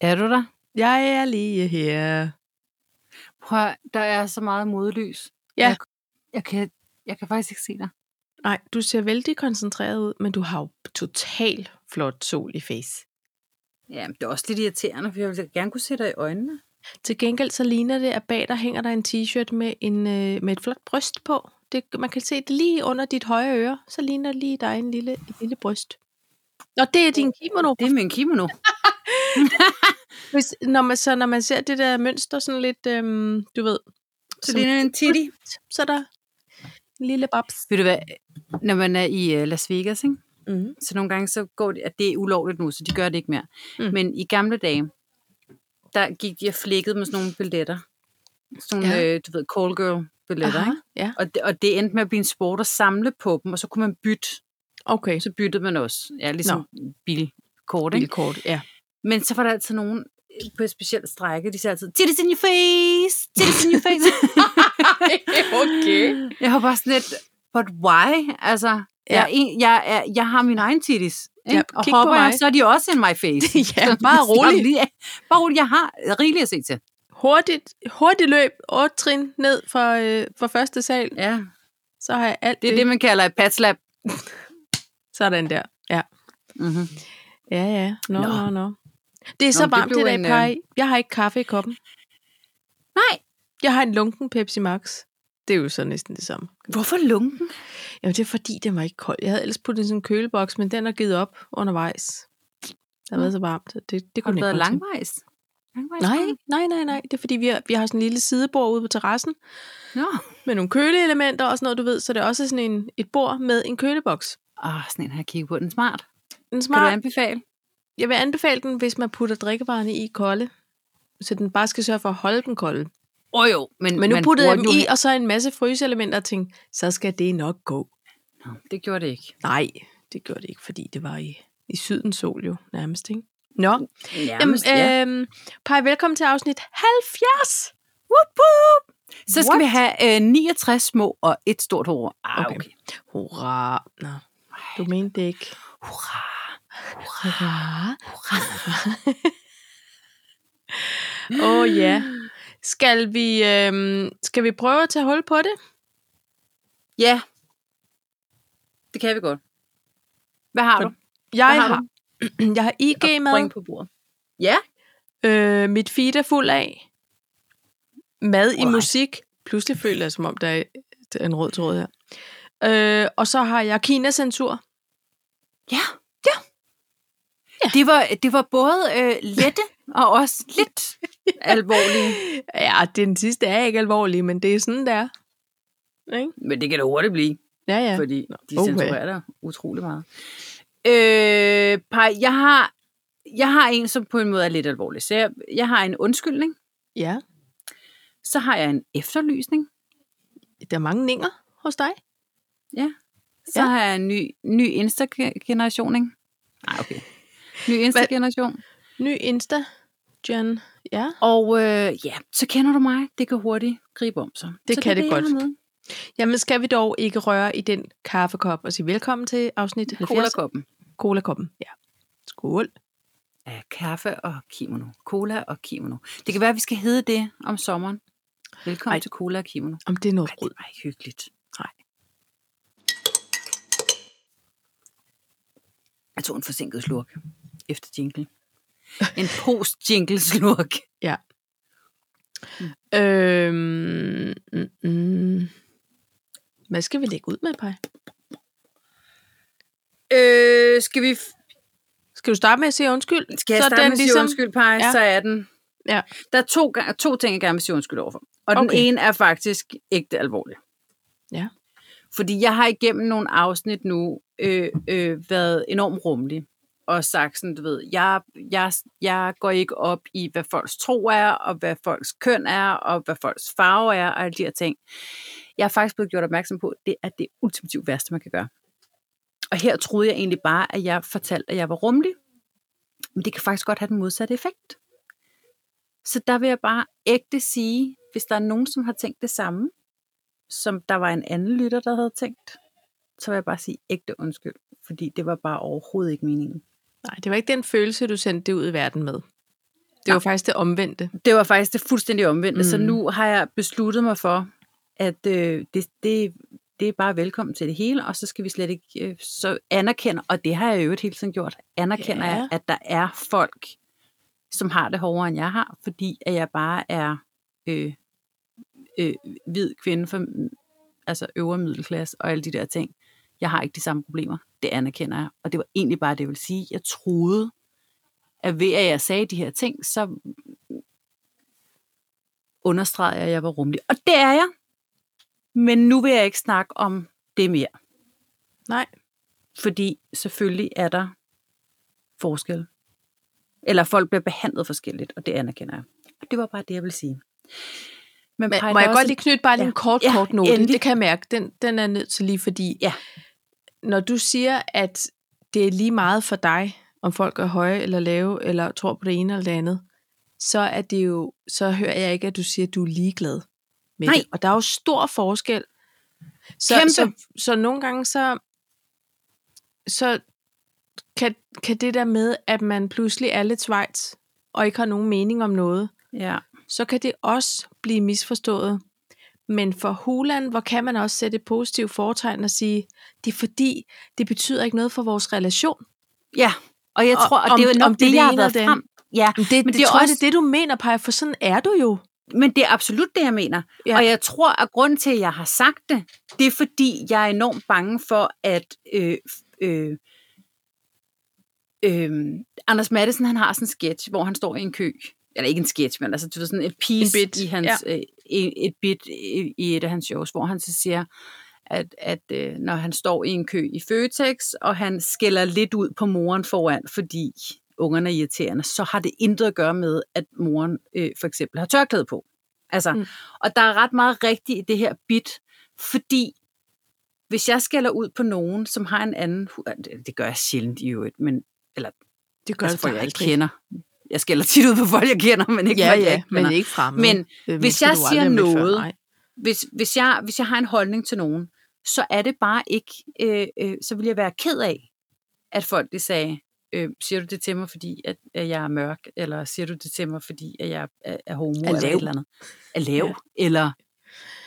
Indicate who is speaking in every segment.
Speaker 1: Er du der?
Speaker 2: Jeg er lige her.
Speaker 1: Prøv, at- der er så meget modlys.
Speaker 2: Ja.
Speaker 1: Jeg, jeg, kan, jeg kan faktisk ikke se dig.
Speaker 2: Nej, du ser vældig koncentreret ud, men du har jo totalt flot sol i face.
Speaker 1: Jamen, det er også lidt irriterende, for jeg ville gerne kunne se dig i øjnene.
Speaker 2: Til gengæld så ligner det, at bag dig hænger der en t-shirt med, en, øh, med et flot bryst på. Det, man kan se det lige under dit højre øre, så ligner lige dig en lille, en lille bryst. Nå, det er din kimono.
Speaker 1: Det er min kimono.
Speaker 2: Hvis, når man, så når man ser det der mønster sådan lidt, øhm, du ved,
Speaker 1: Så
Speaker 2: Som-
Speaker 1: det er en titty.
Speaker 2: så er der en lille babs.
Speaker 1: Ved du hvad, når man er i øh, Las Vegas, ikke?
Speaker 2: Mm.
Speaker 1: så nogle gange så går det, at det er ulovligt nu, så de gør det ikke mere.
Speaker 2: Mm.
Speaker 1: Mm. Men i gamle dage, der gik jeg flækket med sådan nogle billetter. Sådan nogle,
Speaker 2: Ja.
Speaker 1: ja. øh, du ved, call girl billetter,
Speaker 2: Aha,
Speaker 1: ikke?
Speaker 2: ja,
Speaker 1: Og det, og det endte med at blive en sport at samle på dem, og så kunne man bytte.
Speaker 2: okay.
Speaker 1: Så byttede man også. Ja, ligesom bilkort, ikke?
Speaker 2: Lille kort, ja.
Speaker 1: Men så var der altid nogen øh, på et specielt strække, de sagde altid, titties in your face, titties in your face. Jeg var bare sådan lidt, but why? Altså, ja. jeg, er en, jeg, er, jeg har min egen titties. Ikke?
Speaker 2: Ja,
Speaker 1: og
Speaker 2: kig på
Speaker 1: hopper jeg,
Speaker 2: mig.
Speaker 1: så er de også in my face.
Speaker 2: ja,
Speaker 1: Så-
Speaker 2: bare rolig.
Speaker 1: Jamen, lige- Bare rolig, jeg har rigeligt at se til.
Speaker 2: Hurtigt, hurtigt løb, 8 trin ned for, øh, for første sal,
Speaker 1: Ja,
Speaker 2: så har jeg alt
Speaker 1: det er det, man kalder et patslap.
Speaker 2: Sådan der, ja.
Speaker 1: Mm-hmm.
Speaker 2: Ja, ja. Nå,
Speaker 1: Nå.
Speaker 2: nå, nå. Det er
Speaker 1: Nå,
Speaker 2: så
Speaker 1: men det
Speaker 2: varmt i
Speaker 1: blev
Speaker 2: dag,
Speaker 1: en, øh,
Speaker 2: Paj. Jeg har ikke kaffe i koppen.
Speaker 1: Nej.
Speaker 2: Jeg har en lunken Pepsi Max. Det er jo så næsten det samme.
Speaker 1: Hvorfor lunken?
Speaker 2: Jamen, det er fordi, den var ikke kold. Jeg havde ellers puttet den i sådan en køleboks, men den er givet op undervejs. Det har været så varmt. at Det, det
Speaker 1: Har
Speaker 2: kunne
Speaker 1: du
Speaker 2: den ikke
Speaker 1: været
Speaker 2: holde til.
Speaker 1: langvejs? langvejs?
Speaker 2: Nej, nej, nej, nej. Det er fordi, vi har, vi har sådan en lille sidebord ude på terrassen
Speaker 1: Nå.
Speaker 2: med nogle køleelementer og sådan noget, du ved. Så det er også sådan en, et bord med en køleboks.
Speaker 1: Åh, sådan en har jeg kigget på. Den er smart.
Speaker 2: En
Speaker 1: Kan du
Speaker 2: smart
Speaker 1: anbefale?
Speaker 2: Jeg vil anbefale den, hvis man putter drikkevarerne i kolde. Så den bare skal sørge for at holde den kolde.
Speaker 1: Åh oh, jo, men,
Speaker 2: Men nu
Speaker 1: man
Speaker 2: puttede
Speaker 1: bruger
Speaker 2: jeg dem
Speaker 1: jo
Speaker 2: i,
Speaker 1: he-
Speaker 2: og så en masse fryseelementer og tænkte, så skal det nok gå.
Speaker 1: Nå, det gjorde det ikke.
Speaker 2: Nej, det gjorde det ikke, fordi det var i, i sydens sol jo nærmest, ikke? Nå,
Speaker 1: Nærmest, Jamen, øh,
Speaker 2: Jamen, øh, Paj, velkommen til afsnit 70.
Speaker 1: Whoop, whoop. Så skal
Speaker 2: What?
Speaker 1: What? vi have øh, 69 små og et stort hår. Ah,
Speaker 2: Okay. Hurra. Nå, du mente det ikke.
Speaker 1: Hurra.
Speaker 2: Hurra. Åh oh, ja. Skal vi, øh, skal vi prøve at tage hul på det?
Speaker 1: Ja. Det kan vi godt. Hvad har du?
Speaker 2: Jeg
Speaker 1: har
Speaker 2: har, har, jeg har E IG med.
Speaker 1: Bring på bordet. Ja.
Speaker 2: Øh, mit feed er fuld af mad i
Speaker 1: Alright.
Speaker 2: musik. Pludselig føler jeg, som om der er der er en rød tråd her. Øh, og så har jeg Kina-censur.
Speaker 1: Ja. Ja. ja. Det, var, det var både øh, lette og også lidt alvorlige.
Speaker 2: Ja, det er den sidste er ikke alvorlig, men det er sådan, der. Ikke?
Speaker 1: Men det kan det hurtigt blive.
Speaker 2: Ja, ja.
Speaker 1: fordi de
Speaker 2: okay.
Speaker 1: censurerer dig utrolig meget. Øh, Paj, jeg har, jeg har en, som på en måde er lidt alvorlig. Så jeg, jeg har en undskyldning,
Speaker 2: ja.
Speaker 1: så har jeg en efterlysning,
Speaker 2: Der er mange ninger hos dig.
Speaker 1: så
Speaker 2: Ja.
Speaker 1: ja. har jeg en ny, ny Insta-generation, ikke? Nej, okay. Ny Insta-generation.
Speaker 2: Ny Insta, Jan. Ja,
Speaker 1: Og øh, ja, så kender du mig. Det kan hurtigt gribe om sig.
Speaker 2: Det
Speaker 1: så
Speaker 2: kan det
Speaker 1: jeg
Speaker 2: godt.
Speaker 1: har med.
Speaker 2: jamen skal vi dog ikke røre i den kaffekop og sige velkommen til afsnit 70.
Speaker 1: Cola-koppen.
Speaker 2: Cola-koppen. Ja. Skål.
Speaker 1: Af kaffe og kimono. Cola og kimono. Det kan være, at vi skal hedde det om sommeren. Velkommen
Speaker 2: Ej.
Speaker 1: Ej. til Cola og kimono.
Speaker 2: Om det er noget
Speaker 1: Ej,
Speaker 2: rød.
Speaker 1: det var ikke hyggeligt.
Speaker 2: Nej.
Speaker 1: Jeg tog en forsinket slurk efter jingle. En post-jingle slurk.
Speaker 2: Øhm, mm, mm. Hvad skal vi lægge ud med, Paj?
Speaker 1: Øh, skal vi... f-
Speaker 2: Skal du starte med at sige undskyld?
Speaker 1: Skal jeg
Speaker 2: Så
Speaker 1: så
Speaker 2: er
Speaker 1: starte
Speaker 2: den
Speaker 1: med at sige
Speaker 2: ligesom-
Speaker 1: ligesom... undskyld, Paj?
Speaker 2: Ja.
Speaker 1: Ja. Så er den.
Speaker 2: Ja.
Speaker 1: Der er to, ga- to ting, jeg gerne vil sige undskyld overfor. Og okay. den
Speaker 2: Okay.
Speaker 1: ene er faktisk ægte alvorlig.
Speaker 2: Ja.
Speaker 1: Fordi jeg har igennem nogle afsnit nu øh, øh, været enormt rummelig. Og sagt sådan, du ved, jeg, jeg, jeg går ikke op i, hvad folks tro er, og hvad folks køn er, og hvad folks farve er, og alle de her ting. Jeg er faktisk blevet gjort opmærksom på, at det er det ultimativt værste, man kan gøre. Og her troede jeg egentlig bare, at jeg fortalte, at jeg var rummelig. Men det kan faktisk godt have den modsatte effekt. Så der vil jeg bare ægte sige, hvis der er nogen, som har tænkt det samme, som der var en anden lytter, der havde tænkt, så vil jeg bare sige ægte undskyld, fordi det var bare overhovedet ikke meningen.
Speaker 2: Nej, det var ikke den følelse, du sendte det ud i verden med. Det var faktisk det omvendte.
Speaker 1: Det var faktisk det fuldstændig omvendte, mm. så
Speaker 2: Mm.
Speaker 1: nu har jeg besluttet mig for, at øh, det, det, det er bare velkommen til det hele, og så skal vi slet ikke øh, så anerkende, og det har jeg i øvrigt hele tiden gjort, anerkender
Speaker 2: Ja.
Speaker 1: ja. jeg, at der er folk, som har det hårdere, end jeg har, fordi at jeg bare er øh, øh, hvid kvinde fra altså øvre middelklasse og alle de der ting. Jeg har ikke de samme problemer. Det anerkender jeg. Og det var egentlig bare det, jeg ville sige. Jeg troede, at ved at jeg sagde de her ting, så understregede jeg, at jeg var rummelig. Og det er jeg. Men nu vil jeg ikke snakke om det mere.
Speaker 2: Nej.
Speaker 1: Fordi selvfølgelig er der forskel. Eller folk bliver behandlet forskelligt, og det anerkender jeg. Og det var bare det, jeg ville sige.
Speaker 2: Men,
Speaker 1: Paj,
Speaker 2: må
Speaker 1: der
Speaker 2: jeg
Speaker 1: er
Speaker 2: godt
Speaker 1: også-
Speaker 2: lige knytte bare lige
Speaker 1: Ja.
Speaker 2: en kort,
Speaker 1: Ja,
Speaker 2: kort note?
Speaker 1: endelig.
Speaker 2: Det kan jeg mærke. Den, den er jeg nødt til lige, fordi
Speaker 1: Ja.
Speaker 2: når du siger, at det er lige meget for dig, om folk er høje eller lave, eller tror på det ene eller det andet, så er det jo, så hører jeg ikke, at du siger, at du er ligeglad med
Speaker 1: Nej.
Speaker 2: det. Og der er jo stor forskel. Så,
Speaker 1: Kæmpe.
Speaker 2: så, så nogle gange så, så kan, kan det der med, at man pludselig er lidt svejs, og ikke har nogen mening om noget,
Speaker 1: Ja.
Speaker 2: så kan det også blive misforstået. Men for Hulan, hvor kan man også sætte et positivt foretegn og sige, det er fordi, det betyder ikke noget for vores relation.
Speaker 1: Ja, og jeg
Speaker 2: Og
Speaker 1: tror, og,
Speaker 2: om-
Speaker 1: det er jo
Speaker 2: om
Speaker 1: nok
Speaker 2: det
Speaker 1: det, jeg har
Speaker 2: ene
Speaker 1: været
Speaker 2: og det
Speaker 1: frem. Ja,
Speaker 2: Men det,
Speaker 1: Men
Speaker 2: men
Speaker 1: det
Speaker 2: det
Speaker 1: tror
Speaker 2: tror
Speaker 1: jeg
Speaker 2: jeg, det er det, du mener, Paj, for sådan er du jo.
Speaker 1: men det er absolut det, jeg mener.
Speaker 2: Ja.
Speaker 1: Ja. Og jeg tror, at grund til, at jeg har sagt det, det er fordi, jeg er enormt bange for, at øh, øh, øh, Anders Madsen han har sådan en sketch, hvor han står i en kø. Eller ikke en sketch, men altså du ved, sådan et piece
Speaker 2: bit,
Speaker 1: bit, i hans, ja. øh, i- et bit i, i et af hans shows, hvor han så siger, at, at øh, når han står i en kø i Føtex, og han skælder lidt ud på moren foran, fordi ungerne er irriterende, så har det intet at gøre med, at moren øh, for eksempel har tørklæde på. Altså,
Speaker 2: Mm.
Speaker 1: mm. Og der er ret meget rigtigt i det her bit, fordi hvis jeg skælder ud på nogen, som har en anden... hu- øh, det- Det gør jeg sjældent i øvrigt, men
Speaker 2: Det
Speaker 1: altså folk, jeg ikke kender. Jeg skælder tit ud på folk, jeg kender, men ikke
Speaker 2: Ja,
Speaker 1: folk, jeg
Speaker 2: ja,
Speaker 1: ikke
Speaker 2: men
Speaker 1: kender.
Speaker 2: ikke fremmed.
Speaker 1: Men
Speaker 2: Øh,
Speaker 1: hvis
Speaker 2: mennesker,
Speaker 1: jeg
Speaker 2: du aldrig
Speaker 1: siger
Speaker 2: har mødt før,
Speaker 1: noget,
Speaker 2: nej.
Speaker 1: hvis, hvis, jeg, hvis jeg har en holdning til nogen, så er det bare ikke, øh, øh, så vil jeg være ked af, at folk de sagde, øh, siger du det til mig, fordi at, at jeg er mørk, eller siger du det til mig, fordi at jeg er, er homo,
Speaker 2: Er
Speaker 1: eller et
Speaker 2: lav.
Speaker 1: eller andet. Er lav, ja. eller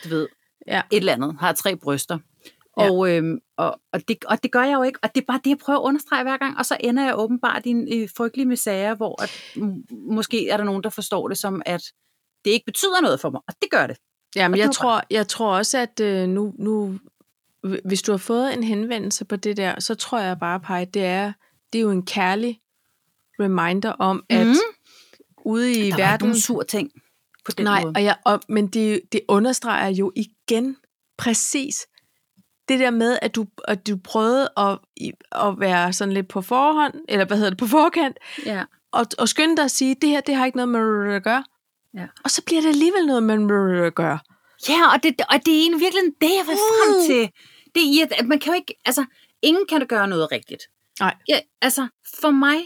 Speaker 1: du ved,
Speaker 2: Ja.
Speaker 1: et eller andet, har tre bryster.
Speaker 2: Ja.
Speaker 1: Og, øhm, og, og, det, og det gør jeg jo ikke, og det er bare det, jeg prøver at understrege hver gang, og så ender jeg åbenbart i en øh, frygtelig misære, hvor at, m- måske er der nogen, der forstår det som, at det ikke betyder noget for mig, og det gør det.
Speaker 2: Jamen,
Speaker 1: Og
Speaker 2: jeg
Speaker 1: det var
Speaker 2: tror, jeg tror også, at øh, nu, nu, hvis du har fået en henvendelse på det der, så tror jeg bare, Paj, det er, det er jo en kærlig reminder om, at
Speaker 1: Mhm.
Speaker 2: ude i
Speaker 1: der var ikke
Speaker 2: verden...
Speaker 1: nogen sur ting på den
Speaker 2: Nej,
Speaker 1: måde.
Speaker 2: og jeg, og, men det, det understreger jo igen præcis det der med, at du, at du prøvede at, i- at være sådan lidt på forhånd, eller hvad hedder det, på forkant,
Speaker 1: Ja.
Speaker 2: og, og skynde dig at sige, det her, det har ikke noget med at gøre.
Speaker 1: Ja.
Speaker 2: Og så bliver det alligevel noget med at gøre.
Speaker 1: ja, og det, og det er egentlig virkelig det, jeg vil frem til. Det er, irrit- at man kan jo ikke, altså, ingen kan da gøre noget rigtigt.
Speaker 2: Nej.
Speaker 1: Ja, altså, for mig,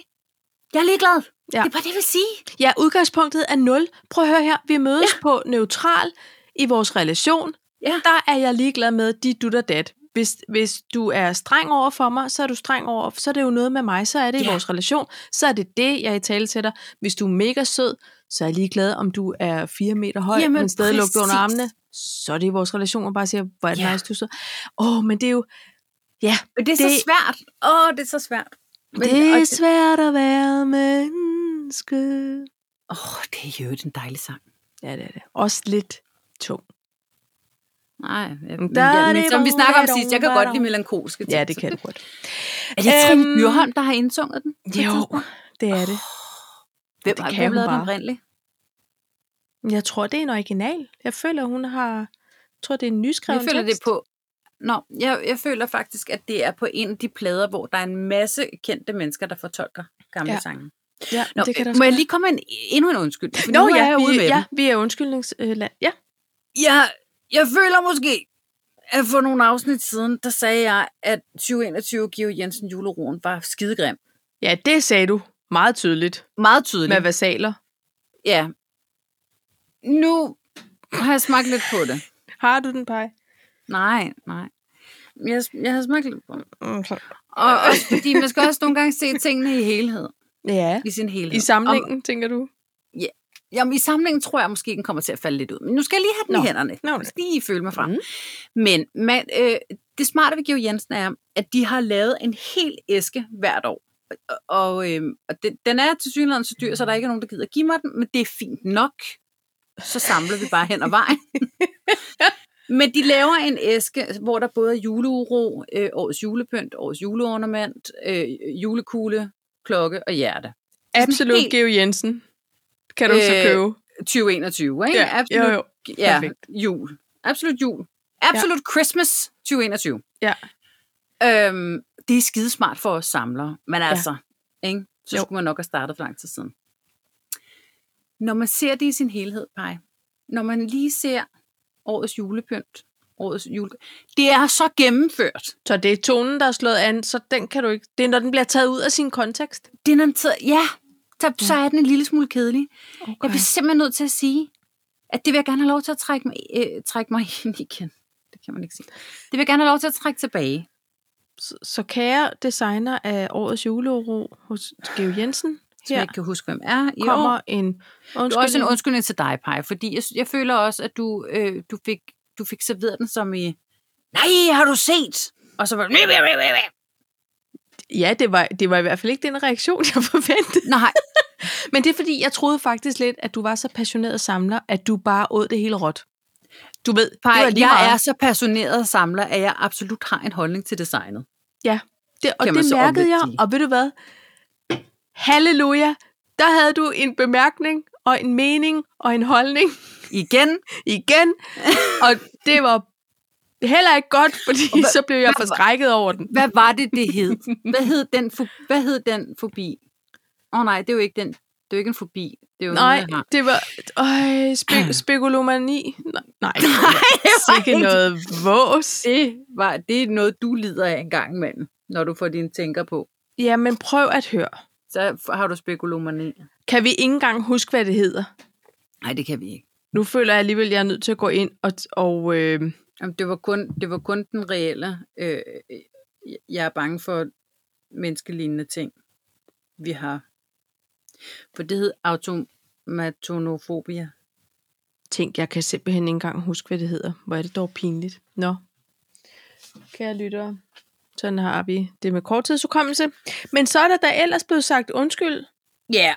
Speaker 1: jeg er ligeglad.
Speaker 2: Ja.
Speaker 1: Ja. Det er bare det, jeg vil sige.
Speaker 2: Ja, udgangspunktet er nul. Prøv at høre her, vi mødes ja. på neutral i vores relation.
Speaker 1: Ja.
Speaker 2: Der er jeg ligeglad med de du der dat. Hvis, hvis du er streng over for mig, så er du streng over, så er det jo noget med mig, så er det ja. i
Speaker 1: Ja.
Speaker 2: vores relation, så er det det, jeg i tale til dig. Hvis du er mega sød, så er jeg ligeglad, om du er fire meter høj, Jamen,
Speaker 1: Jamen,
Speaker 2: men stadig lukket under
Speaker 1: præcis.
Speaker 2: armene, så er det i vores relation, og bare siger, hvor er det ja.
Speaker 1: Ja.
Speaker 2: nice, du så. Åh, oh, men det er jo, ja,
Speaker 1: Men det er det... så
Speaker 2: Det-
Speaker 1: svært. Åh, det er så svært. Men,
Speaker 2: det er
Speaker 1: og-
Speaker 2: svært at være menneske.
Speaker 1: Åh, oh, det er jo en dejlig sang.
Speaker 2: Ja, det er det. Også lidt tung.
Speaker 1: Nej, jeg, men,
Speaker 2: Der er
Speaker 1: jeg,
Speaker 2: det
Speaker 1: men, som vi
Speaker 2: dog,
Speaker 1: snakker om
Speaker 2: der er
Speaker 1: sidst, jeg
Speaker 2: dog,
Speaker 1: kan
Speaker 2: der er
Speaker 1: godt lide
Speaker 2: dog.
Speaker 1: melankolske ting.
Speaker 2: Ja, det
Speaker 1: så
Speaker 2: kan du godt.
Speaker 1: Er det Trine
Speaker 2: Øhm,
Speaker 1: Dyrholm, der har indsunget den? på et
Speaker 2: Jo,
Speaker 1: tidspunkt?
Speaker 2: det er det.
Speaker 1: Hvem
Speaker 2: det
Speaker 1: har
Speaker 2: kan
Speaker 1: hvem
Speaker 2: hun
Speaker 1: lavede den
Speaker 2: bare.
Speaker 1: oprindeligt?
Speaker 2: Jeg tror, det er en original. Jeg føler, hun har... Jeg tror, det er en nyskrevet
Speaker 1: Jeg føler det
Speaker 2: tekst.
Speaker 1: på... Nå, jeg, jeg føler faktisk, at det er på en af de plader, hvor der er en masse kendte mennesker, der fortolker gamle
Speaker 2: Ja.
Speaker 1: ja. sange.
Speaker 2: Ja,
Speaker 1: Nå,
Speaker 2: det kan
Speaker 1: øh, må
Speaker 2: der også
Speaker 1: jeg
Speaker 2: godt.
Speaker 1: lige komme med en, endnu en undskyldning? for
Speaker 2: Nå,
Speaker 1: nu er
Speaker 2: ja,
Speaker 1: jeg ude
Speaker 2: vi,
Speaker 1: med
Speaker 2: ja,
Speaker 1: den.
Speaker 2: vi er undskyldningsland. Ja,
Speaker 1: Jeg, jeg føler måske, at for nogle afsnit siden, der sagde jeg, at 2021 Geo Jensen juleroen var skidegrim.
Speaker 2: ja, det sagde du meget tydeligt
Speaker 1: Meget tydeligt.
Speaker 2: med versaler.
Speaker 1: Ja. Nu har jeg smagt lidt på det.
Speaker 2: Har du den, Paj?
Speaker 1: Nej, nej. Jeg, jeg har smagt lidt på det.
Speaker 2: Mm, så-
Speaker 1: Og også fordi man skal også nogle gange se tingene i helhed.
Speaker 2: Ja,
Speaker 1: I sin helhed.
Speaker 2: i samlingen, tænker du?
Speaker 1: Om- Ja. Jamen, i samlingen tror jeg måske, den kommer til at falde lidt ud. Men nu skal jeg lige have den
Speaker 2: Nå.
Speaker 1: i hænderne.
Speaker 2: Nå,
Speaker 1: Jeg skal lige føle mig frem.
Speaker 2: Mm.
Speaker 1: Men man, øh, det smarte ved Georg Jensen er, at de har lavet en hel æske hvert år. Og- Og, øh, og den, den er til synligheden så dyr, så der ikke er nogen, der gider give mig den, men det er fint nok. Så samler vi bare hen ad vejen. men de laver en æske, hvor der både er juleuro, øh, årets julepynt, årets juleornament, øh, julekugle, klokke og hjerte.
Speaker 2: Absolut
Speaker 1: helt-
Speaker 2: Geo Jensen. Kan du så
Speaker 1: Øh,
Speaker 2: købe?
Speaker 1: 2021, ikke? Absolut
Speaker 2: jo, jo.
Speaker 1: Ja,
Speaker 2: Perfekt.
Speaker 1: jul. Absolut jul. Absolut ja. Christmas 2021.
Speaker 2: Ja.
Speaker 1: Øhm, det er skidesmart for os samlere, men altså, ikke? så
Speaker 2: Jo.
Speaker 1: skulle man nok have startet for lang tid siden. Når man ser det i sin helhed, Paj, når man lige ser årets julepynt, årets jule... Det er så gennemført.
Speaker 2: Så det er tonen, der er slået an, så den kan du ikke... Det er, når den bliver taget ud af sin kontekst.
Speaker 1: Det er, når man tager- ja, så, så er den en lille smule kedelig.
Speaker 2: Okay.
Speaker 1: Jeg bliver simpelthen nødt til at sige, at det vil jeg gerne have lov til at trække mig, øh, trække mig ind igen. Det kan man ikke sige. Det vil jeg gerne have lov til at trække tilbage.
Speaker 2: Så, så kære designer af årets juleoro hos Geo Jensen,
Speaker 1: Som jeg
Speaker 2: her
Speaker 1: ikke kan huske, hvem er. I
Speaker 2: kommer
Speaker 1: år.
Speaker 2: en
Speaker 1: Det er også en
Speaker 2: undskyldning.
Speaker 1: undskyldning til dig, Paj, fordi jeg, jeg føler også, at du, øh, du, fik, du fik serveret den som i, nej, har du set? Og så var det,
Speaker 2: Ja, det var, det var i hvert fald ikke den reaktion, jeg forventede.
Speaker 1: nej,
Speaker 2: Men det er fordi, jeg troede faktisk lidt, at du var så passioneret samler, at du bare åd det hele råt. Du ved, det var
Speaker 1: Paj,
Speaker 2: lige
Speaker 1: jeg
Speaker 2: meget.
Speaker 1: er så passioneret samler, at jeg absolut har en holdning til designet.
Speaker 2: Det, og
Speaker 1: Kan man
Speaker 2: det
Speaker 1: så
Speaker 2: mærkede
Speaker 1: omvendt
Speaker 2: jeg,
Speaker 1: sige.
Speaker 2: og ved du hvad? Halleluja! Der havde du en bemærkning, og en mening, og en holdning
Speaker 1: Igen,
Speaker 2: igen. og det var heller ikke godt, fordi
Speaker 1: hvad-
Speaker 2: så blev jeg
Speaker 1: hvad var-
Speaker 2: forskrækket over den.
Speaker 1: hvad var det, det hed? Hvad hed den, fo- hvad hed den fobi? Åh oh, nej, det er jo ikke den. Det er jo ikke en fobi. Det er jo
Speaker 2: Nej,
Speaker 1: noget, jeg har.
Speaker 2: det var... Øj, spe, spekulomani. Nej, nej, det
Speaker 1: var
Speaker 2: var ikke
Speaker 1: ikke-
Speaker 2: noget vås.
Speaker 1: Det, var, det er noget, du lider af en gang imellem, når du får dine tænker på.
Speaker 2: Ja, men prøv at høre.
Speaker 1: Så f- har du spekulomani.
Speaker 2: Kan vi ikke engang huske, hvad det hedder?
Speaker 1: Nej, det kan vi ikke.
Speaker 2: Nu føler jeg alligevel, at jeg er nødt til at gå ind og... og øh,
Speaker 1: Jamen, det, var kun, det var kun den reelle. Øh, øh, jeg er bange for menneskelignende ting, vi har. For det hed automatonofobia.
Speaker 2: Tænk, jeg kan simpelthen ikke engang huske, hvad det hedder. Hvor er det dog pinligt. Nå. Kære lyttere, sådan har vi det med korttidsudkommelse. Men så er der da ellers blevet sagt undskyld
Speaker 1: Ja, yeah.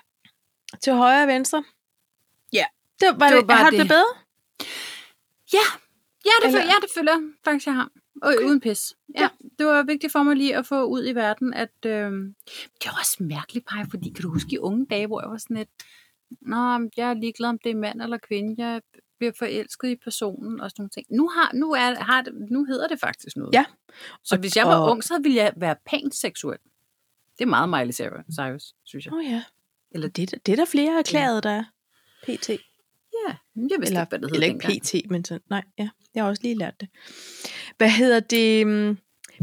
Speaker 2: til højre og venstre.
Speaker 1: Ja.
Speaker 2: Det var, det
Speaker 1: var bare
Speaker 2: var bare har det.
Speaker 1: det.
Speaker 2: det bedre?
Speaker 1: Ja, ja det,
Speaker 2: Eller-
Speaker 1: føler, ja, det føler jeg faktisk, jeg har. Og okay. uden pis. Ja,
Speaker 2: Ja.
Speaker 1: det var vigtigt for mig lige at få ud i verden, at øh, det var også mærkeligt, Paj, fordi kan du huske i unge dage, hvor jeg var sådan lidt, Nå, men jeg er ligeglad, om det er mand eller kvinde, jeg bliver forelsket i personen og sådan nogle ting. Nu, har, nu, er, har det, nu hedder det faktisk noget.
Speaker 2: Ja.
Speaker 1: Så
Speaker 2: Og-
Speaker 1: hvis jeg var
Speaker 2: og-
Speaker 1: ung, så ville jeg være pænt seksuel. Det er meget Miley Cyrus, synes jeg.
Speaker 2: Åh oh, ja.
Speaker 1: Eller-
Speaker 2: Eller det, er der- det er der flere erklæret, der er. PT.
Speaker 1: Ja, men jeg vidste
Speaker 2: Eller,
Speaker 1: ikke, hvad det hed
Speaker 2: eller ikke
Speaker 1: dengang.
Speaker 2: PT, men sådan. Nej, ja. Jeg har også lige lært det. Hvad hedder det? Mm,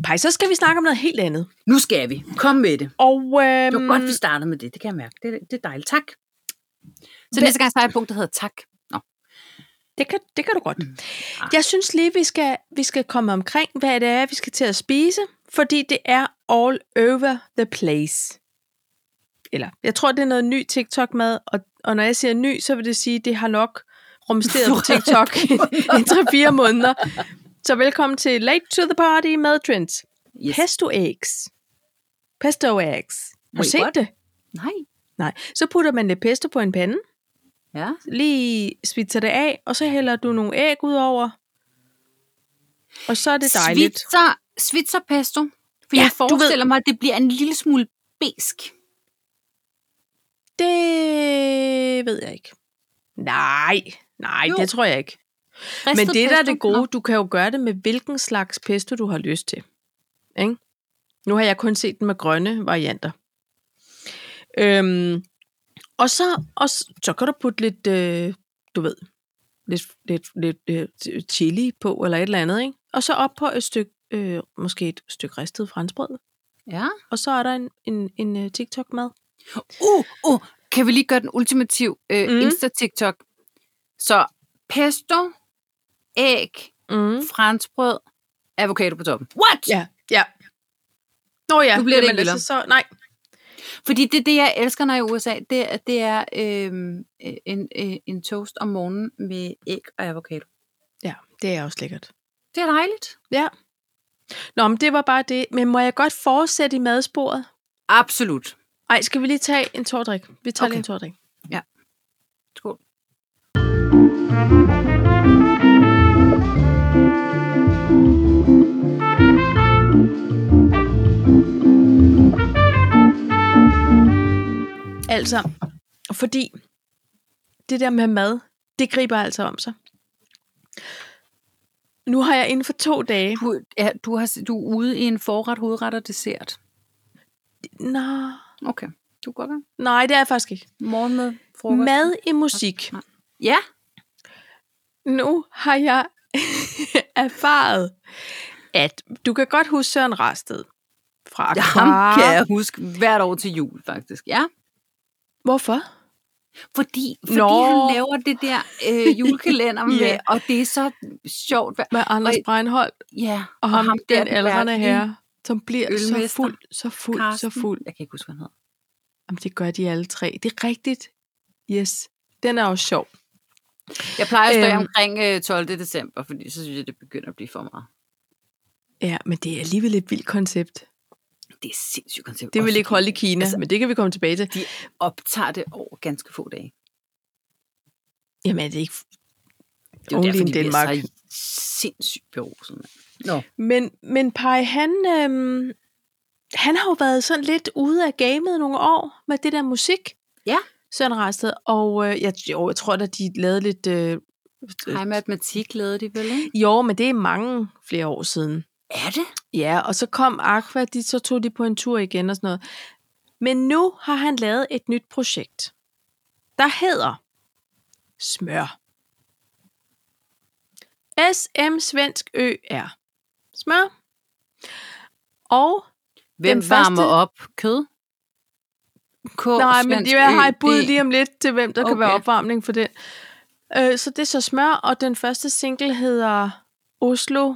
Speaker 2: Pej, så skal vi snakke om noget helt andet.
Speaker 1: Nu skal vi. Kom med det.
Speaker 2: Og, øhm,
Speaker 1: Det var godt, vi startede med det. Det kan jeg mærke. Det, det er dejligt. Tak. Så
Speaker 2: Hvad-
Speaker 1: næste gang starter jeg et punkt, der hedder tak. Nå.
Speaker 2: Det kan, det kan du godt.
Speaker 1: Mm. Ah.
Speaker 2: Jeg synes lige, vi skal, vi skal komme omkring, hvad det er, vi skal til at spise, fordi det er all over the place. Eller, jeg tror, det er noget ny TikTok-mad, og, og når jeg siger ny, så vil det sige, at det har nok rumsteret på TikTok i 3-4 måneder. Så velkommen til Late to the Party med Trends.
Speaker 1: Yes.
Speaker 2: Yes. Pesto eggs. Pesto eggs. Har du
Speaker 1: Wait,
Speaker 2: set
Speaker 1: what?
Speaker 2: det?
Speaker 1: Nej.
Speaker 2: Nej. Så putter man lidt pesto på en pande,
Speaker 1: Ja.
Speaker 2: lige svitser det af, og så hælder du nogle æg ud over. Og så er det dejligt.
Speaker 1: Svitser, svitser pesto. For ja,
Speaker 2: Ja,
Speaker 1: jeg
Speaker 2: du
Speaker 1: forestiller mig, at det bliver en lille smule besk.
Speaker 2: Det ved jeg ikke. Nej, nej,
Speaker 1: Jo.
Speaker 2: jo. det tror jeg ikke. Men
Speaker 1: Ristet
Speaker 2: det, der er
Speaker 1: pesto?
Speaker 2: det gode, du kan jo gøre det med hvilken slags pesto, du har lyst til. Ikke? Nu har jeg kun set den med grønne varianter. Øhm, og så, og s- så kan du putte lidt, øh, du ved, lidt, lidt, lidt øh, chili på, eller et eller andet, ikke? Og så op på et stykke, øh, måske et stykke ristet franskbrød.
Speaker 1: Nå. Ja.
Speaker 2: Og så er der en, en, en øh, TikTok-mad.
Speaker 1: Uh, uh, kan vi lige gøre den ultimativ øh, mm.
Speaker 2: Mm.
Speaker 1: Insta-TikTok? Så pesto, æg,
Speaker 2: Mm.
Speaker 1: franskbrød, avocado på toppen. What?
Speaker 2: Ja, ja. Nå ja,
Speaker 1: Nu bliver det
Speaker 2: jamen
Speaker 1: ikke vildere.
Speaker 2: altså, så, nej.
Speaker 1: Fordi det er det, jeg elsker, når jeg er i USA, det, er- det er øhm, øh, en, øh, en toast om morgenen med æg og avocado.
Speaker 2: Ja, det er også lækkert.
Speaker 1: Det er dejligt.
Speaker 2: Ja. Nå, men det var bare det. Men må jeg godt fortsætte i madsporet?
Speaker 1: Absolut.
Speaker 2: Ej, skal vi lige tage en tårdrik? Vi tager
Speaker 1: Okay.
Speaker 2: okay. lige en tårdrik.
Speaker 1: Skål.
Speaker 2: Altså, fordi det der med mad, det griber altså om sig. Nu har jeg inden for to dage...
Speaker 1: Du, ja, du, har, du er ude i en forret, hovedret og dessert.
Speaker 2: Nå,
Speaker 1: Okay, du går gang.
Speaker 2: nej, det er jeg faktisk ikke.
Speaker 1: Morgenmad, frokost.
Speaker 2: Mad i musik.
Speaker 1: Ja,
Speaker 2: Nu har jeg erfaret, at du kan godt huske Søren Rasted fra
Speaker 1: ja
Speaker 2: Aqua.
Speaker 1: ham kan jeg huske hvert år til jul, faktisk. Ja,
Speaker 2: Hvorfor?
Speaker 1: fordi, fordi
Speaker 2: Nå.
Speaker 1: han laver det der øh, julekalender med,
Speaker 2: Ja.
Speaker 1: og det er så sjovt. hva-
Speaker 2: Med Anders
Speaker 1: Og-
Speaker 2: Breinholt
Speaker 1: Ja,
Speaker 2: og ham, ham den aldrende
Speaker 1: mærkelige-
Speaker 2: herre, som bliver så
Speaker 1: ølmester,
Speaker 2: fuld, så fuld,
Speaker 1: Carsten.
Speaker 2: så fuld.
Speaker 1: Jeg kan ikke huske, hvad han hedder.
Speaker 2: Jamen, det gør de alle tre. Det er rigtigt. Yes. Den er jo sjov.
Speaker 1: Jeg plejer at stå
Speaker 2: Øhm.
Speaker 1: omkring øh, 12. december, fordi så synes jeg, det begynder at blive for meget.
Speaker 2: Ja, men det er alligevel et vildt koncept.
Speaker 1: Det er sindssygt koncept.
Speaker 2: Det vil
Speaker 1: Også
Speaker 2: ikke holde i
Speaker 1: fordi
Speaker 2: Kina, altså,
Speaker 1: altså-
Speaker 2: men det kan vi komme tilbage til.
Speaker 1: De optager det over ganske få dage.
Speaker 2: Jamen, er det ikke...
Speaker 1: Det er jo derfor,
Speaker 2: in
Speaker 1: de
Speaker 2: Denmark.
Speaker 1: bliver så sindssygt beruset. mand. Nå.
Speaker 2: Men, men Pai, han, øhm, han har jo været sådan lidt ude af gamet nogle år med det der musik.
Speaker 1: Ja.
Speaker 2: Søren Rasted, og øh, jeg, jo, jeg tror da, de lavede lidt... Øh,
Speaker 1: Hej matematik lavede de vel, ikke?
Speaker 2: jo, men det er mange flere år siden.
Speaker 1: Er det?
Speaker 2: Ja, og så kom Aqua, de, så tog de på en tur igen og sådan noget. Men nu har han lavet et nyt projekt, der hedder Smør. SM Svensk Ø er Smør. Og
Speaker 1: Hvem
Speaker 2: Den
Speaker 1: varmer
Speaker 2: første-
Speaker 1: op? Kød? K,
Speaker 2: Nej, men
Speaker 1: svensk
Speaker 2: det, jeg har et
Speaker 1: ø,
Speaker 2: bud
Speaker 1: det-
Speaker 2: lige om lidt til, hvem der okay. kan være
Speaker 1: Okay.
Speaker 2: opvarmning for den. Øh, så det er så smør, og den første single hedder Oslo.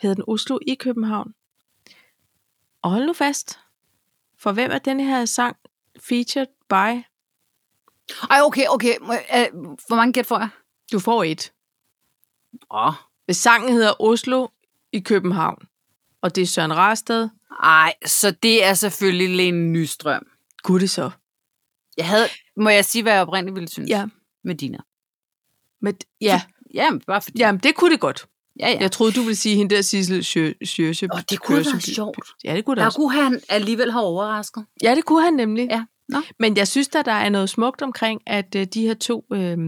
Speaker 2: Hedder den Oslo i København? Og hold nu fast. For hvem er den her sang featured by?
Speaker 1: Ej, okay, okay. Må jeg- øh, Hvor mange gæt får jeg?
Speaker 2: Du får et.
Speaker 1: Åh,
Speaker 2: Hvis sangen hedder Oslo i København, og det er Søren Rasted,
Speaker 1: ej, så det er selvfølgelig Lene Nystrøm.
Speaker 2: kunne det så.
Speaker 1: Jeg havde, må jeg sige, hvad jeg oprindeligt ville synes?
Speaker 2: Ja.
Speaker 1: Med Dina.
Speaker 2: Men, ja,
Speaker 1: Jamen, bare fordi.
Speaker 2: jamen, det kunne det godt.
Speaker 1: ja. ja.
Speaker 2: Jeg troede, du ville sige hende der Sissel Sjøsjø.
Speaker 1: Åh, det kunne have været sjovt.
Speaker 2: Ja, det kunne det
Speaker 1: Der
Speaker 2: også.
Speaker 1: kunne han alligevel have overrasket.
Speaker 2: Ja, det kunne han nemlig.
Speaker 1: Ja. Nå.
Speaker 2: Men jeg synes, at der er noget smukt omkring, at øh, de her to øh,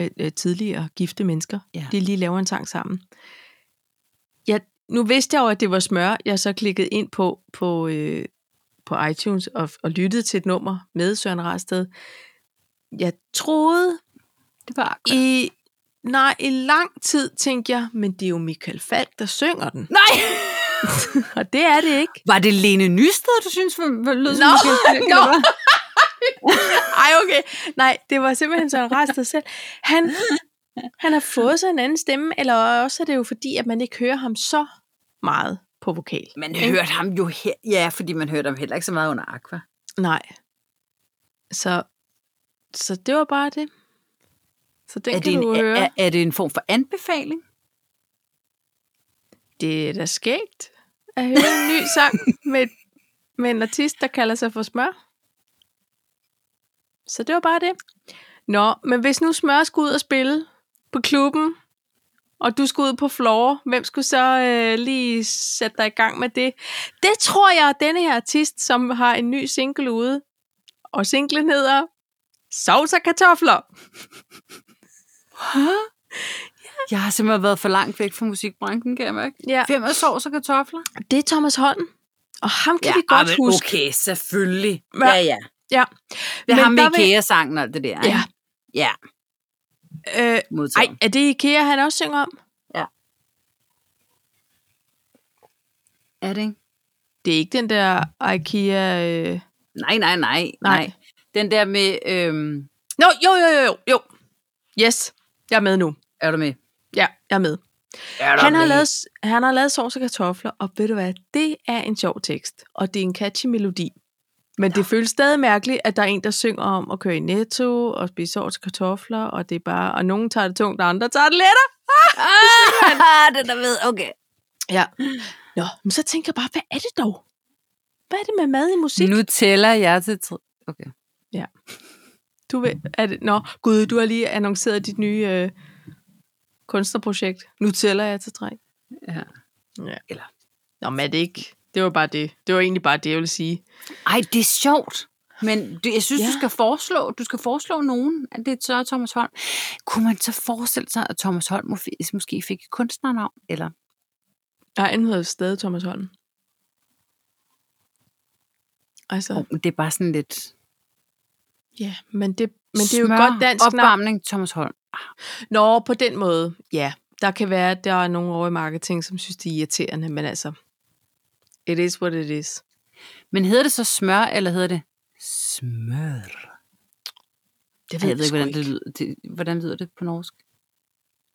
Speaker 2: øh, øh, tidligere gifte mennesker,
Speaker 1: Ja.
Speaker 2: de lige laver en sang sammen. Jeg, nu vidste jeg jo, at det var smør, jeg så klikkede ind på på, øh, på iTunes og, og lyttede til et nummer med Søren Rasted. Jeg troede
Speaker 1: Det var akkurat.
Speaker 2: i... Nej, i lang tid tænkte jeg, men det er jo Michael Falk, der synger den.
Speaker 1: Nej!
Speaker 2: Og det er det ikke.
Speaker 1: Var det Lene Nysted, du synes, var, var lød
Speaker 2: Nå,
Speaker 1: Michael Falch, eller
Speaker 2: nå.
Speaker 1: hvad?
Speaker 2: Ej, okay. Nej, det var simpelthen Søren Rasted selv. Han, han har fået sig en anden stemme, eller også er det jo fordi, at man ikke hører ham så meget på vokal.
Speaker 1: Man hørte ham jo her. Ja, fordi man hørte ham heller ikke så meget under Aqua.
Speaker 2: Nej. Så, så det var bare det. Så den
Speaker 1: Er det,
Speaker 2: kan
Speaker 1: en,
Speaker 2: du høre.
Speaker 1: er, er, er det en form for anbefaling?
Speaker 2: Det er da skægt at høre en ny sang med, med en artist, der kalder sig for Smør. Så det var bare det. Nå, men hvis nu Smør skulle ud og spille på klubben, og du skulle ud på floor, hvem skulle så øh, lige sætte dig i gang med det? Det tror jeg, at denne her artist, som har en ny single ude, og singlen hedder Sovs og kartofler.
Speaker 1: Huh? Jeg har simpelthen været for langt væk fra musikbranchen, kan jeg mærke.
Speaker 2: Ja,
Speaker 1: Hvem er sovs og kartofler?
Speaker 2: det er Thomas Holm, og ham kan
Speaker 1: ja,
Speaker 2: vi
Speaker 1: ah,
Speaker 2: godt
Speaker 1: men
Speaker 2: huske.
Speaker 1: Okay, selvfølgelig.
Speaker 2: Ja.
Speaker 1: Ja, ja.
Speaker 2: Ja.
Speaker 1: Det
Speaker 2: Men
Speaker 1: har med
Speaker 2: der vil-
Speaker 1: IKEA-sangen og alt det der. ikke?
Speaker 2: Ja.
Speaker 1: Ja,
Speaker 2: Øh,
Speaker 1: modtaget.
Speaker 2: Ej, er det IKEA, han også synger om?
Speaker 1: er det ikke?
Speaker 2: Det er ikke den der IKEA... Øh...
Speaker 1: Nej, nej, nej,
Speaker 2: Nej.
Speaker 1: nej. Den der med, øhm,
Speaker 2: Nå, jo, jo, jo, jo, jo. Yes, jeg er med nu.
Speaker 1: er du med?
Speaker 2: Ja, jeg er med.
Speaker 1: Er
Speaker 2: Han har, lavet, han har lavet sovs og kartofler, og ved du hvad, det er en sjov tekst, og det er en catchy melodi. Men det føles stadig mærkeligt, at der er en, der synger om at køre i netto og spise sovs og kartofler, og det er bare, og nogen tager det tungt, og andre tager det lettere.
Speaker 1: Ah, den er ved, okay.
Speaker 2: Ja. Nå, men så tænker jeg bare, hvad er det dog? Hvad er det med mad i musik?
Speaker 1: Nu tæller jeg til tre. Okay.
Speaker 2: Du ved, er det, nå, gud, du har lige annonceret dit nye øh, kunstnerprojekt. Nu tæller jeg til tre.
Speaker 1: Ja.
Speaker 2: Ja. Eller, nå, men er det ikke. Det var bare det. Det var egentlig bare det, jeg ville sige.
Speaker 1: Ej, det er sjovt. Men det, jeg synes, ja.
Speaker 2: Ja.
Speaker 1: du skal foreslå, du skal foreslå nogen, at det så er Thomas Holm. Kunne man så forestille sig, at Thomas Holm måf- måske fik et kunstnernavn? Eller?
Speaker 2: Nej, han hedder stadig Thomas Holm. Altså,
Speaker 1: Oh, men det er bare sådan lidt
Speaker 2: ja, men det, men det er jo
Speaker 1: smør,
Speaker 2: godt dansk navn.
Speaker 1: opvarmning, Thomas Holm.
Speaker 2: Nå, på den måde, ja. Der kan være, at der er nogen over i marketing, som synes, det er irriterende, men altså, it is what it is.
Speaker 1: Men hedder det så smør, eller hedder det smør?
Speaker 2: Det
Speaker 1: Jeg ved ikke, hvordan det lyder. Det, hvordan lyder det på norsk?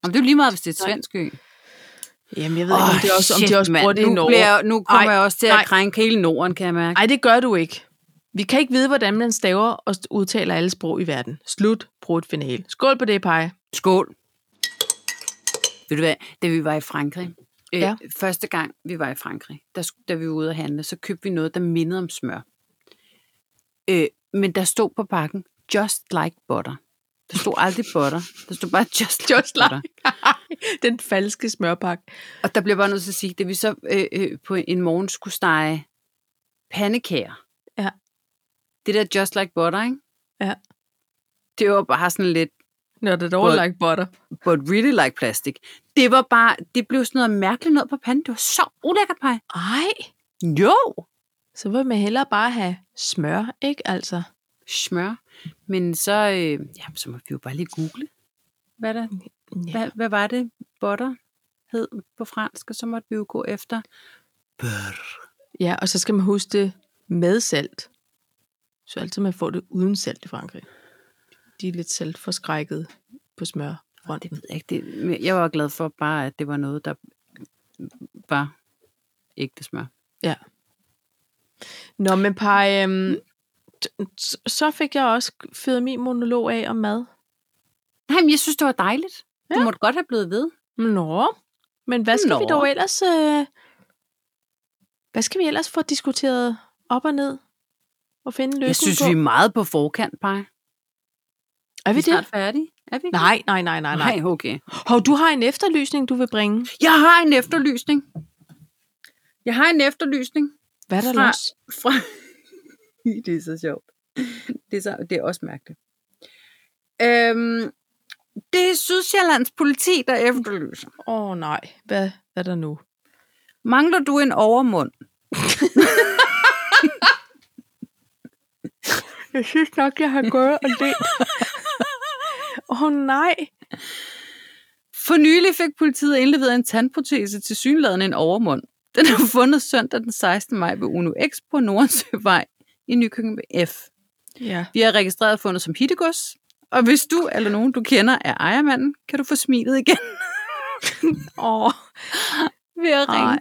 Speaker 1: Om det er jo lige meget, hvis det er et
Speaker 2: Nej.
Speaker 1: svensk ø.
Speaker 2: Jamen, jeg ved ikke, om det også, om
Speaker 1: shit,
Speaker 2: de også bruger
Speaker 1: mand.
Speaker 2: det i
Speaker 1: nu
Speaker 2: Norge.
Speaker 1: Bliver, jeg- nu kommer
Speaker 2: Ej,
Speaker 1: jeg også til at
Speaker 2: nej.
Speaker 1: krænke hele Norden, kan jeg mærke.
Speaker 2: Nej, det gør du ikke. Vi kan ikke vide, hvordan man staver og udtaler alle sprog i verden. Slut. Brugt final. Skål på det, Paj.
Speaker 1: Skål. Ved du hvad, da vi var i Frankrig, øh,
Speaker 2: Ja.
Speaker 1: første gang vi var i Frankrig, der, sk- da vi var ude at handle, så købte vi noget, der mindede om smør. Øh, men der stod på pakken, just like butter. Der stod aldrig butter. Der stod bare just like,
Speaker 2: Just
Speaker 1: butter.
Speaker 2: like. Den falske smørpakke.
Speaker 1: Og der blev jeg bare nødt til at sige, da vi så øh, øh, på en morgen skulle stege pandekager.
Speaker 2: Ja.
Speaker 1: Det der just like butter, ikke?
Speaker 2: Ja.
Speaker 1: Det var bare sådan lidt,
Speaker 2: Når det er
Speaker 1: But-
Speaker 2: like butter.
Speaker 1: but really like plastic. Det var bare, det blev sådan noget mærkeligt noget på panden. Det var så ulækkert, Paj.
Speaker 2: Ej,
Speaker 1: Jo!
Speaker 2: så vil man hellere bare have smør, ikke altså?
Speaker 1: Smør. Men så, øh, ja, så må vi jo bare lige google. Hvad, der,
Speaker 2: Ja.
Speaker 1: hvad, hvad var det, butter hed på fransk, og så måtte vi jo gå efter.
Speaker 2: Ja, og så skal man huske det med salt. Så altid man får det uden salt i Frankrig. De er lidt saltforskrækket på
Speaker 1: Det
Speaker 2: smørfronten.
Speaker 1: ved jeg ikke. Det, men jeg var glad for bare, at det var noget, der var ægte smør.
Speaker 2: Nå, men Paj, øhm, t- t- så fik jeg også fyret min monolog af om mad.
Speaker 1: Nej, men jeg synes, det var dejligt. Ja. Du
Speaker 2: Ja.
Speaker 1: måtte godt have blevet ved.
Speaker 2: Nå, men hvad skal Nå. vi
Speaker 1: Nå.
Speaker 2: dog ellers... Øh, hvad skal vi ellers få diskuteret op og ned? Og finde en løsning
Speaker 1: Jeg synes,
Speaker 2: på?
Speaker 1: vi er meget på forkant, Paj.
Speaker 2: Er vi
Speaker 1: er
Speaker 2: det?
Speaker 1: snart færdige? Er vi ikke?
Speaker 2: Nej, nej, nej, nej, nej.
Speaker 1: Nej, okay.
Speaker 2: Hov, du har en efterlysning, du vil bringe.
Speaker 1: Jeg har en efterlysning. Jeg har en efterlysning
Speaker 2: Hvad er der
Speaker 1: Fra-
Speaker 2: los?
Speaker 1: fra... det er så sjovt. Det er, så, det er også mærkeligt. Øhm, det er Sydsjællands politi, der efterlyser.
Speaker 2: Åh oh, nej, hvad er der nu?
Speaker 1: Mangler du en overmund?
Speaker 2: Jeg synes nok, jeg har gået og let. Åh oh, nej.
Speaker 1: For nylig fik politiet indleveret en tandprotese til synladende en overmund. Den er fundet søndag den 16. maj ved Uno X på Nordsøvej i Nykøbing F.
Speaker 2: Ja.
Speaker 1: Vi har registreret fundet som hittegods, og hvis du eller nogen, du kender, er ejermanden, kan du få smilet igen.
Speaker 2: Åh. Oh.
Speaker 1: ved at ringe
Speaker 2: Ej.
Speaker 1: Ej.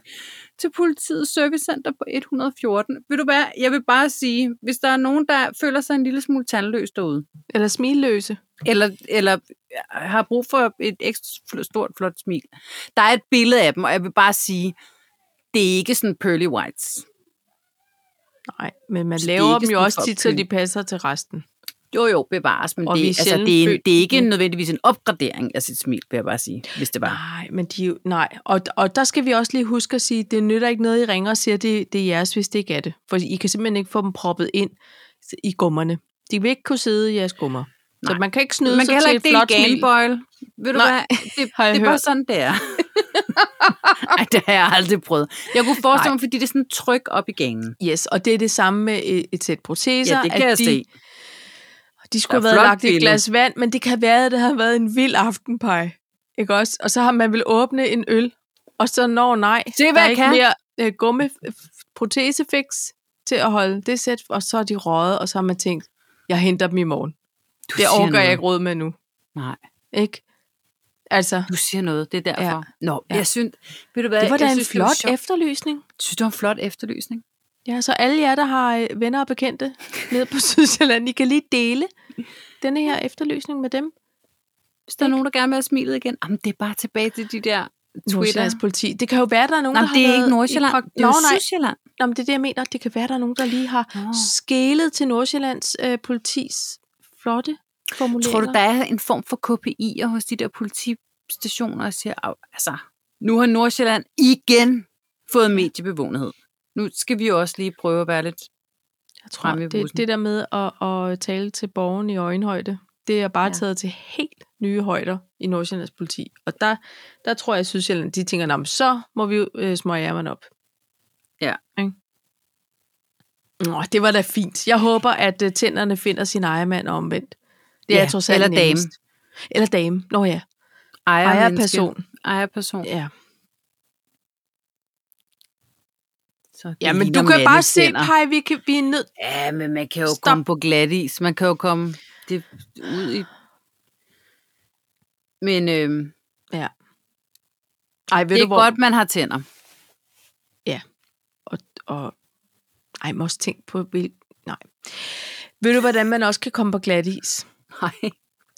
Speaker 1: til politiets servicecenter på 114. Vil du være, jeg vil bare sige, hvis der er nogen, der føler sig en lille smule tandløs derude,
Speaker 2: Eller smilløse.
Speaker 1: eller, eller øh, har brug for et ekstra fl- stort, flot smil. Der er et billede af dem, og jeg vil bare sige, det er ikke sådan pearly whites.
Speaker 2: Nej, men man
Speaker 1: Så det er
Speaker 2: laver
Speaker 1: ikke
Speaker 2: dem jo
Speaker 1: sådan
Speaker 2: også
Speaker 1: for
Speaker 2: tit, så
Speaker 1: pyn.
Speaker 2: de passer til resten.
Speaker 1: Jo, jo, bevares, men
Speaker 2: Og
Speaker 1: det,
Speaker 2: vi er
Speaker 1: altså,
Speaker 2: sjældent
Speaker 1: det, er en,
Speaker 2: født
Speaker 1: det er ikke
Speaker 2: med-
Speaker 1: nødvendigvis en opgradering af sit smil, vil jeg bare sige, hvis det var.
Speaker 2: Nej, men de er jo, nej. Og, og der skal vi også lige huske at sige, det nytter ikke noget, I ringer og siger, det, det er jeres, hvis det ikke er det. For I kan simpelthen ikke få dem proppet ind i gummerne. De vil ikke kunne sidde i jeres gummer. Så
Speaker 1: Nej.
Speaker 2: man kan ikke snyde
Speaker 1: Man
Speaker 2: sig
Speaker 1: kan heller
Speaker 2: til
Speaker 1: ikke
Speaker 2: et
Speaker 1: dele
Speaker 2: flot smil.
Speaker 1: Gameboy. Ved du
Speaker 2: Nej,
Speaker 1: hvad? Det,
Speaker 2: har jeg
Speaker 1: det er bare
Speaker 2: hørt.
Speaker 1: sådan, det er. Ej, det har jeg aldrig prøvet. Jeg kunne forestille mig, fordi det er sådan et tryk op i ganen.
Speaker 2: Yes, og det er det samme med et, et sæt proteser.
Speaker 1: Ja, det kan
Speaker 2: at
Speaker 1: jeg
Speaker 2: de,
Speaker 1: se.
Speaker 2: De skulle
Speaker 1: Der
Speaker 2: have
Speaker 1: er
Speaker 2: været
Speaker 1: flot
Speaker 2: lagt i et
Speaker 1: billede.
Speaker 2: glas vand, men det kan være, at det har været en vild aftenpej. Ikke også? Og så har man vel åbne en øl, og så når nej.
Speaker 1: Se, hvad
Speaker 2: der er
Speaker 1: jeg
Speaker 2: ikke
Speaker 1: kan.
Speaker 2: mere øh, gumme protesefix til at holde det sæt, og så er de røget, og så har man tænkt, jeg henter dem i morgen.
Speaker 1: Du
Speaker 2: Det
Speaker 1: siger
Speaker 2: overgår
Speaker 1: noget.
Speaker 2: jeg ikke råd med nu.
Speaker 1: Nej,
Speaker 2: Ikke? Altså,
Speaker 1: du siger noget. Det er derfor. Ja. Nå,
Speaker 2: Ja.
Speaker 1: jeg synes... Ved du hvad?
Speaker 2: det var da
Speaker 1: jeg
Speaker 2: en
Speaker 1: synes,
Speaker 2: flot
Speaker 1: det var sjovt.
Speaker 2: efterlysning.
Speaker 1: Synes du, det var en flot efterlysning?
Speaker 2: Ja, så alle jer, der har øh, venner og bekendte nede på Sydsjælland, I kan lige dele denne her efterlysning med dem.
Speaker 1: Hvis der er nogen, der gerne vil have smilet igen, jamen det er bare tilbage til de der Twitter.
Speaker 2: Nordsjællands politi. Det kan jo være, der er nogen,
Speaker 1: Nå,
Speaker 2: der har
Speaker 1: det er
Speaker 2: været
Speaker 1: ikke
Speaker 2: i
Speaker 1: Nordsjælland,
Speaker 2: prak-
Speaker 1: det er jo
Speaker 2: Nå, nej.
Speaker 1: Sydsjælland.
Speaker 2: Nå, men det er det, jeg mener. Det kan være, der er nogen, der lige har
Speaker 1: Nå.
Speaker 2: skælet til Nordsjællands øh, politis øh, flotte formuleringer.
Speaker 1: Tror du, der er en form for KPI'er hos de der politistationer, og siger, "Au, altså, nu har Nordsjælland igen fået mediebevågenhed. Nu skal vi jo også lige prøve at være lidt...
Speaker 2: Jeg tror,
Speaker 1: fremme i
Speaker 2: det,
Speaker 1: bussen.
Speaker 2: det der med at, at tale til borgeren i øjenhøjde, det er bare
Speaker 1: Ja.
Speaker 2: ja. taget til helt nye højder i Nordsjællands politi. Og der, der tror jeg, at Sydsjælland, de tænker, "Nå, men så må vi jo, øh, smøge ærmerne op.
Speaker 1: Ja.
Speaker 2: Ikke? Nå, det var da fint. Jeg håber, at øh, tænderne finder sin ejermand og omvendt. Det er
Speaker 1: Ja,
Speaker 2: ja, trods alt
Speaker 1: eller dame.
Speaker 2: nemmest. Eller dame. Nå ja,
Speaker 1: Ejerperson.
Speaker 2: ejerperson.
Speaker 1: Ejerperson.
Speaker 2: Ja.
Speaker 1: Så det
Speaker 2: ja, men
Speaker 1: ligner
Speaker 2: du kan bare
Speaker 1: Malles
Speaker 2: se,
Speaker 1: tænder.
Speaker 2: Paj, vi, kan, vi er nødt
Speaker 1: Ja, men man kan jo Stop.
Speaker 2: Stop.
Speaker 1: komme på glat is. Man kan jo komme det ud i... Men øhm,
Speaker 2: Ja. Ej, ved
Speaker 1: det er
Speaker 2: du hvor?
Speaker 1: godt, man har tænder.
Speaker 2: og, og ej, jeg må også tænke på, vil, nej. Ved du, hvordan man også kan komme på glat is?
Speaker 1: Nej.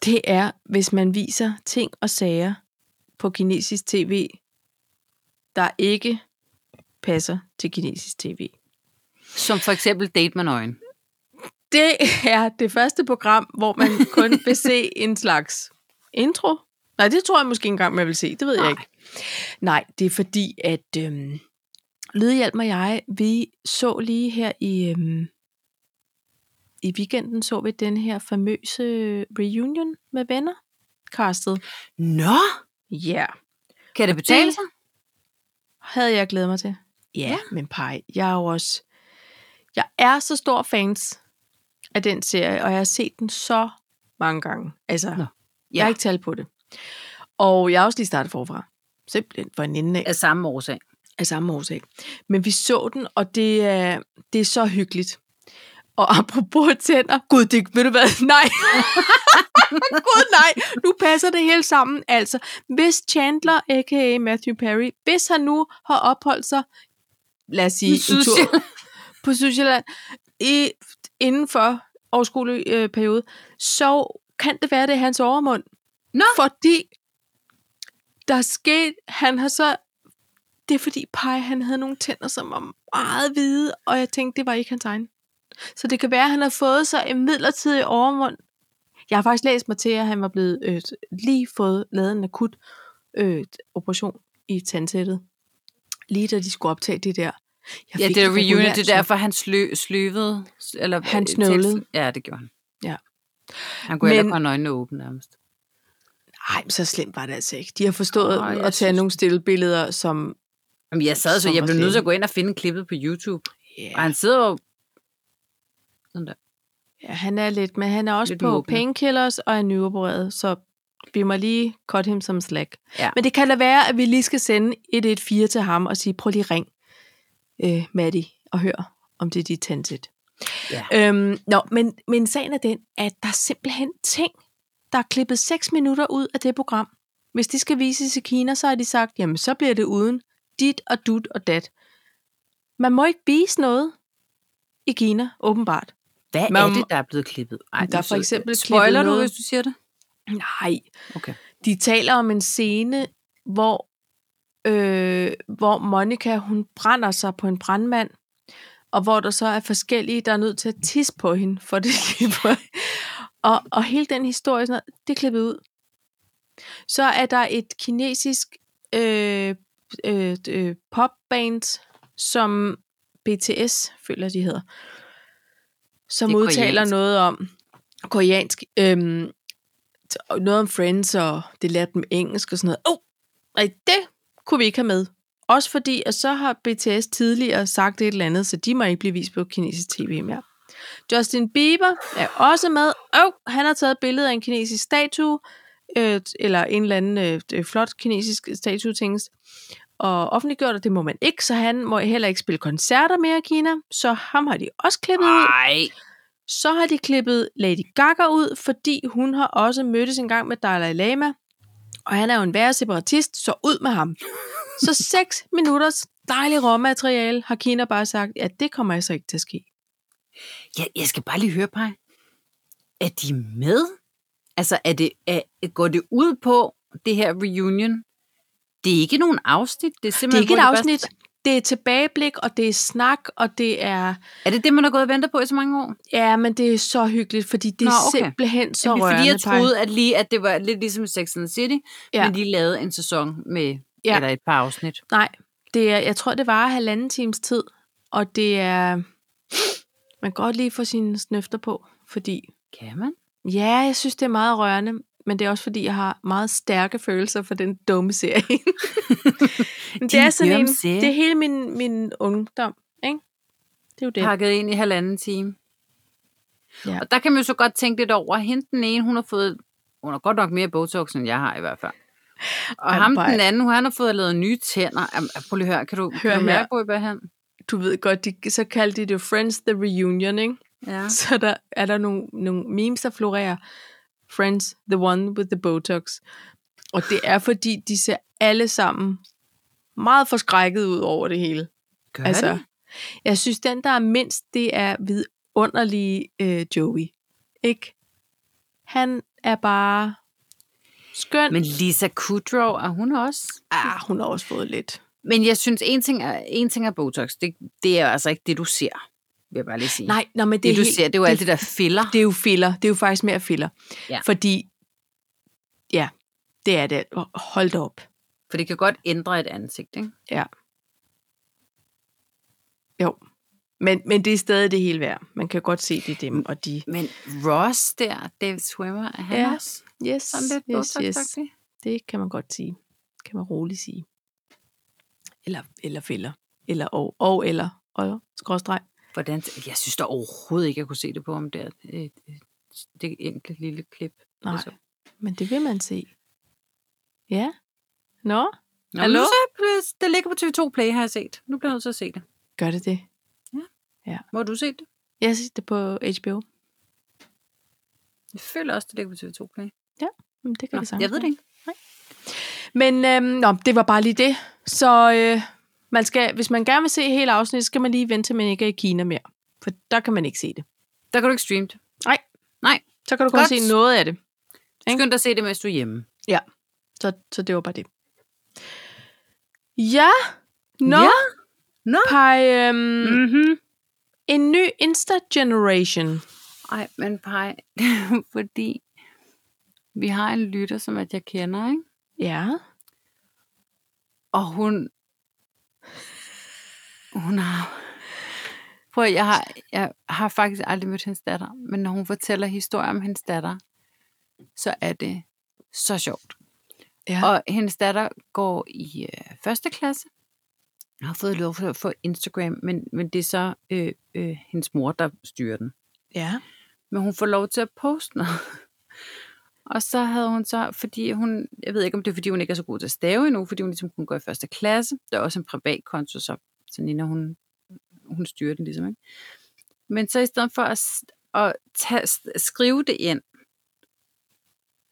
Speaker 2: Det er, hvis man viser ting og sager på kinesisk tv, der ikke passer til kinesisk tv.
Speaker 1: Som for eksempel Date med nøgen.
Speaker 2: Det er det første program, hvor man kun vil se en slags intro. Nej, det tror jeg måske ikke engang, man vil se. Det ved
Speaker 1: Nej.
Speaker 2: jeg ikke. Nej, det er fordi, at øhm, Lydhjælp og jeg, vi så lige her i, øhm, i weekenden, så vi den her famøse reunion med venner castet.
Speaker 1: Nå,
Speaker 2: Ja, yeah.
Speaker 1: kan det betale sig?
Speaker 2: havde jeg glædet mig til. Ja,
Speaker 1: Ja.
Speaker 2: yeah. men pej, jeg er jo også... Jeg er så stor fans af den serie, og jeg har set den så mange gange. Altså,
Speaker 1: Nå.
Speaker 2: jeg har ikke tal på det. Og jeg har også lige startet forfra. Simpelthen for en ende af,
Speaker 1: Af samme årsag.
Speaker 2: af samme årsag. Men vi så den, og det er, det er så hyggeligt. Og apropos tænder, gud, det, ved du hvad, nej. gud, nej, nu passer det hele sammen. Altså, hvis Chandler, a.k.a. Matthew Perry, hvis han nu har opholdt sig, lad os sige,
Speaker 1: I
Speaker 2: en tur på Sydsjælland, i, inden for overskuelig øh, periode, så kan det være, det er hans overmund.
Speaker 1: Nå.
Speaker 2: Fordi der er sket, han har så det er fordi Pai, han havde nogle tænder, som var meget hvide, og jeg tænkte, det var ikke hans egen. Så det kan være, at han har fået sig en midlertidig overmund. Jeg har faktisk læst mig til, at han var blevet øh, lige fået lavet en akut øh, operation i tandsættet. Lige da de skulle optage det der. Jeg
Speaker 1: Ja,
Speaker 2: fik
Speaker 1: det er
Speaker 2: regulær
Speaker 1: reunion, det er
Speaker 2: søvn.
Speaker 1: derfor, han slø, sløvede. Eller,
Speaker 2: Han
Speaker 1: øh,
Speaker 2: snøvlede.
Speaker 1: tæt- Ja, det gjorde han.
Speaker 2: Ja.
Speaker 1: Han kunne Men...
Speaker 2: Men-
Speaker 1: heller ikke øjnene åbne nærmest.
Speaker 2: Ej, men så slemt var det altså ikke. De har forstået
Speaker 1: Åh, jeg
Speaker 2: at tage
Speaker 1: synes-
Speaker 2: nogle stille billeder, som...
Speaker 1: Jamen, jeg sad så,
Speaker 2: Som
Speaker 1: jeg
Speaker 2: var
Speaker 1: blev nødt til
Speaker 2: slemt.
Speaker 1: at gå ind og finde klippet på YouTube. Og
Speaker 2: Yeah.
Speaker 1: han sidder jo... Sådan der.
Speaker 2: Ja, han er lidt, men han er også
Speaker 1: Lidt
Speaker 2: lidt på
Speaker 1: måbende.
Speaker 2: painkillers og er nyopereret, så vi må lige cut him som slack.
Speaker 1: Ja.
Speaker 2: Men det kan da være, at vi lige skal sende 114 til ham og sige, prøv lige ring, øh, Maddie, og hør, om det er dit tandsæt.
Speaker 1: Ja.
Speaker 2: Øhm, nå, men, men sagen er den, at der er simpelthen ting, der er klippet 6 minutter ud af det program. Hvis det skal vises i Kina, så har de sagt, jamen så bliver det uden dit og dut og dat. Man må ikke vise noget i Kina, åbenbart.
Speaker 1: Hvad
Speaker 2: Man
Speaker 1: er
Speaker 2: må-
Speaker 1: det, der er blevet klippet? Ej,
Speaker 2: Der er for eksempel
Speaker 1: Spoiler du,
Speaker 2: klippet noget-
Speaker 1: hvis du siger det?
Speaker 2: Nej,
Speaker 1: Okay.
Speaker 2: de taler om en scene, hvor, øh, hvor Monica hun brænder sig på en brandmand, og hvor der så er forskellige, der er nødt til at tisse på hende, for det klipper. og, og hele den historie, sådan noget, det er klippet ud. Så er der et kinesisk øh, øh, øh, popband, som BTS, føler de hedder,
Speaker 1: Det
Speaker 2: som
Speaker 1: er
Speaker 2: udtaler
Speaker 1: koreansk.
Speaker 2: noget om koreansk, øhm, og noget om Friends, og det lærte dem engelsk og sådan noget. Åh, oh, nej, det kunne vi ikke have med. Også fordi, at så har BTS tidligere sagt et eller andet, så de må ikke blive vist på kinesisk tv mere. Justin Bieber er også med. Åh, oh, han har taget billeder af en kinesisk statue, øh, eller en eller anden øh, øh, flot kinesisk statue tingest, og offentliggjort, og det må man ikke, så han må heller ikke spille koncerter mere i Kina, så ham har de også klippet ud.
Speaker 1: Nej.
Speaker 2: Så har de klippet Lady Gaga ud, fordi hun har også mødtes en gang med Dalai Lama, og han er jo en værre separatist, så ud med ham. Så seks minutters dejligt råmateriale, har Kina bare sagt, at det kommer altså ikke til at ske.
Speaker 1: Jeg, jeg skal bare lige høre, Paj. Er de med? Altså, er det, er, går det ud på det her reunion? Det er ikke nogen afsnit. Det er,
Speaker 2: Det er
Speaker 1: simpelthen
Speaker 2: ikke et
Speaker 1: hvor de
Speaker 2: afsnit,
Speaker 1: Bare,
Speaker 2: det er tilbageblik, og det er snak, og det er...
Speaker 1: er det det, man har gået og ventet på i så mange år?
Speaker 2: Ja, men det er så hyggeligt, fordi det er
Speaker 1: Nå, okay.
Speaker 2: simpelthen så
Speaker 1: Så
Speaker 2: rørende.
Speaker 1: fordi jeg
Speaker 2: Paj.
Speaker 1: troede, at, lige, at det var lidt ligesom Sex and the City,
Speaker 2: Ja.
Speaker 1: ja. men de lavede en sæson med
Speaker 2: Ja.
Speaker 1: ja. eller et par afsnit.
Speaker 2: Nej, det er, jeg tror, det varer halvanden times tid, og det er... Man kan godt lige få sine snøfter på, fordi...
Speaker 1: Kan man?
Speaker 2: Ja, jeg synes, det er meget rørende, men det er også, fordi jeg har meget stærke følelser for den dumme serie. men det
Speaker 1: Din
Speaker 2: er sådan en...
Speaker 1: dumme serie.
Speaker 2: Det er hele min, min ungdom, ikke? Det er jo det.
Speaker 1: Pakket ind i halvanden time.
Speaker 2: Ja.
Speaker 1: Ja. Og der kan man jo så godt tænke lidt over, hende den ene, hun har fået, hun har godt nok mere Botox, end jeg har i hvert fald. Og
Speaker 2: Ej,
Speaker 1: ham
Speaker 2: hvor er-
Speaker 1: den anden, han har fået lavet nye tænder. Jamen, Prøv lige at høre, kan du,
Speaker 2: Hør
Speaker 1: kan
Speaker 2: her.
Speaker 1: du mærke, hvor I bør hen?
Speaker 2: Du ved godt, de, så kaldte de det jo Friends The Reunion, ikke?
Speaker 1: Ja.
Speaker 2: Så der er der nogle, nogle memes, der florerer. Friends, the one with the Botox. Og det er, fordi de ser alle sammen meget forskrækket ud over det hele.
Speaker 1: Gør altså, det?
Speaker 2: Jeg synes, den, der er mindst, det er vidunderlige øh, Joey. Ikke? Han er bare skøn.
Speaker 1: Men Lisa Kudrow, er hun også?
Speaker 2: ah, hun har også fået lidt.
Speaker 1: Men jeg synes, en ting er, en ting er Botox. Det, det er altså ikke det, du ser, vil jeg bare lige sige.
Speaker 2: Nej, nej men det,
Speaker 1: det,
Speaker 2: er
Speaker 1: det du
Speaker 2: helt,
Speaker 1: ser, det er jo alt det der filler.
Speaker 2: Det er jo filler. Det er jo faktisk mere filler.
Speaker 1: Ja.
Speaker 2: Fordi, ja, det er det. Hold da op.
Speaker 1: For det kan godt ændre et ansigt, ikke?
Speaker 2: Ja. Jo. Men, men det er stadig det hele værd. Man kan godt se det er dem, og de...
Speaker 1: Men Ross der, David Swimmer, er han
Speaker 2: Ja.
Speaker 1: ja. også
Speaker 2: Yes,
Speaker 1: sådan lidt
Speaker 2: yes, yes.
Speaker 1: Botox-agtig?
Speaker 2: Det kan man godt sige. Kan man roligt sige. Eller, eller fælder. Eller og, og eller. Og skråstreg.
Speaker 1: Hvordan? Jeg synes da overhovedet ikke, jeg kunne se det på om der. øh, Det enkelte lille klip.
Speaker 2: Nej,
Speaker 1: Altså.
Speaker 2: men det vil man se. Ja. Nå,
Speaker 1: Nå,
Speaker 2: Hallo?
Speaker 1: Hallo? Så, det ligger på TV2 Play, har jeg set. Nu bliver jeg nødt til at se det.
Speaker 2: gør det det?
Speaker 1: Må du se det?
Speaker 2: Jeg synes det på HBO.
Speaker 1: Jeg føler også, det ligger på TV2 Play.
Speaker 2: Men Mm, det kan
Speaker 1: Nå,
Speaker 2: det sagtens
Speaker 1: jeg ved det
Speaker 2: være.
Speaker 1: ikke.
Speaker 2: Men øhm, nå, det var bare lige det. Så øh, man skal, hvis man gerne vil se hele afsnittet, skal man lige vente til man ikke er i Kina mere. For der kan man ikke se det.
Speaker 1: Der kan du ikke streame det.
Speaker 2: Nej.
Speaker 1: Nej.
Speaker 2: Så kan du
Speaker 1: Godt.
Speaker 2: godt se noget af det. Ikke?
Speaker 1: Skynd dig at se det, mens du er hjemme.
Speaker 2: Så, så det var bare det. Ja. Nå.
Speaker 1: Ja.
Speaker 2: Nå.
Speaker 1: Nå.
Speaker 2: Pej, øhm, mm.
Speaker 1: Mm-hmm.
Speaker 2: En ny Insta-generation.
Speaker 1: Ej, men pej, fordi vi har en lytter, som at jeg kender, ikke?
Speaker 2: Ja.
Speaker 1: Og hun... Hun har... Prøv, at- jeg har, jeg har faktisk aldrig mødt hendes datter, men når hun fortæller historier om hendes datter, så er det så sjovt.
Speaker 2: Ja.
Speaker 1: Og hendes datter går i øh, første klasse, og har fået lov til at få Instagram, men, men det er så øh, øh, hendes mor, der styrer den
Speaker 2: Ja.
Speaker 1: men hun får lov til at poste noget. Og så havde hun så, fordi hun, jeg ved ikke om det er fordi hun ikke er så god til at stave endnu, fordi hun ligesom kun går i første klasse. Der er også en privat konto, så, så Nina hun, hun styrer den ligesom. Ikke? Men så i stedet for at, s- at tage, skrive det ind,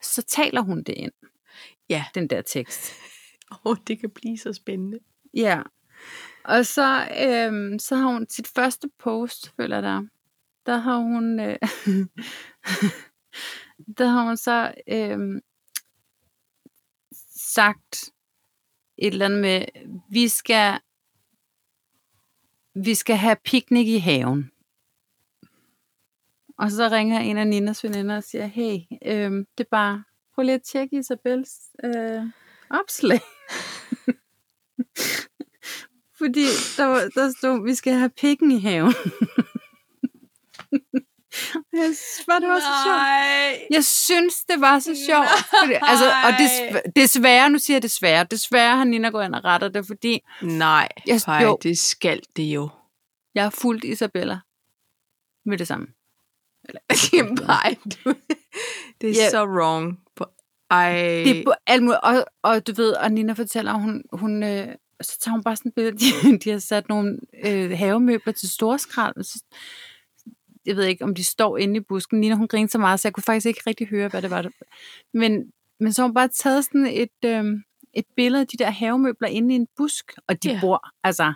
Speaker 1: så taler hun det ind.
Speaker 2: Ja.
Speaker 1: Den der tekst.
Speaker 2: Åh, oh, det kan blive så spændende.
Speaker 1: Ja. Og så, øhm, så har hun sit første post, føler jeg der. Der har hun... Øh, der har hun så øhm, sagt et eller andet med, vi skal, vi skal have picnic i haven. Og så ringer en af Ninas veninder og siger, hey, øhm, det er bare, prøv lige at tjekke Isabels øh, opslag. Fordi der, var, der stod, vi skal have pikken i haven. jeg synes bare, det var så sjovt.
Speaker 2: Nej.
Speaker 1: Jeg synes, det var så sjovt. Fordi, altså, og desv- desværre, nu siger jeg desværre, desværre har Nina gået ind og retter det, fordi
Speaker 2: Nej,
Speaker 1: Jeg-
Speaker 2: Pej,
Speaker 1: jo.
Speaker 2: det skal det jo.
Speaker 1: jeg har fulgt Isabella med det samme.
Speaker 2: Nej, du, det er
Speaker 1: Ja.
Speaker 2: yeah. så wrong. På, ej.
Speaker 1: Det er på alt muligt. Og, og du ved, og Nina fortæller, at hun, hun øh, så tager hun bare sådan et billede, de, de har sat nogle øh, havemøbler til storskrald. Så, jeg ved ikke, om de står inde i busken. Nina, hun griner så meget, så jeg kunne faktisk ikke rigtig høre, hvad det var. der- Men, men så har hun bare taget sådan et, øh, et billede af de der havemøbler inde i en busk, og de
Speaker 2: Ja.
Speaker 1: yeah. bor, altså,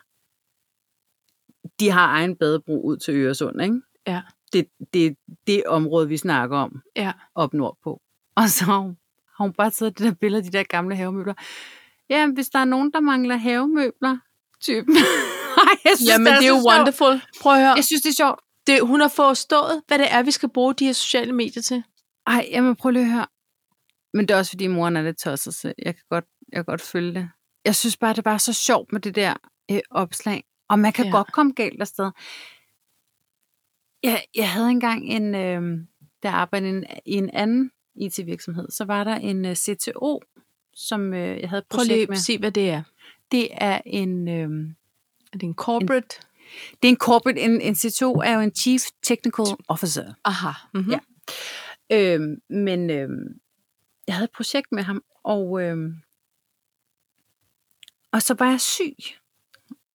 Speaker 1: de har egen badebro ud til Øresund, ikke?
Speaker 2: Ja.
Speaker 1: Det, det, det område, vi snakker om,
Speaker 2: Ja.
Speaker 1: op nordpå. Og så har hun, har hun bare taget det der billede af de der gamle havemøbler. Ja, hvis der er nogen, der mangler havemøbler, typen. Ej, jeg synes,
Speaker 2: Jamen, det er
Speaker 1: så
Speaker 2: jo
Speaker 1: sjovt.
Speaker 2: wonderful. Prøv at høre.
Speaker 1: Jeg synes, det er sjovt.
Speaker 2: Det, hun har forstået, hvad det er, vi skal bruge de her sociale medier til.
Speaker 1: Ej, jamen prøv lige at høre. Men det er også, fordi moren er lidt tosset, så jeg kan godt, jeg kan godt følge det. Jeg synes bare, det er bare så sjovt med det der øh, opslag. Og man kan
Speaker 2: Ja.
Speaker 1: ja. godt komme galt afsted. Jeg, jeg havde engang en, øh, der arbejdede i en, i en anden IT-virksomhed, så var der en øh, CTO, som øh, jeg havde et
Speaker 2: Prøv
Speaker 1: projekt
Speaker 2: lige
Speaker 1: med.
Speaker 2: at se, hvad det er.
Speaker 1: Det er en... Øh,
Speaker 2: Er det en corporate?
Speaker 1: det er en corporate, en, en CTO er jo en Chief Technical Officer.
Speaker 2: Aha. Mm-hmm.
Speaker 1: Ja. Øhm, men øhm, jeg havde et projekt med ham, og, øhm, og så var jeg syg.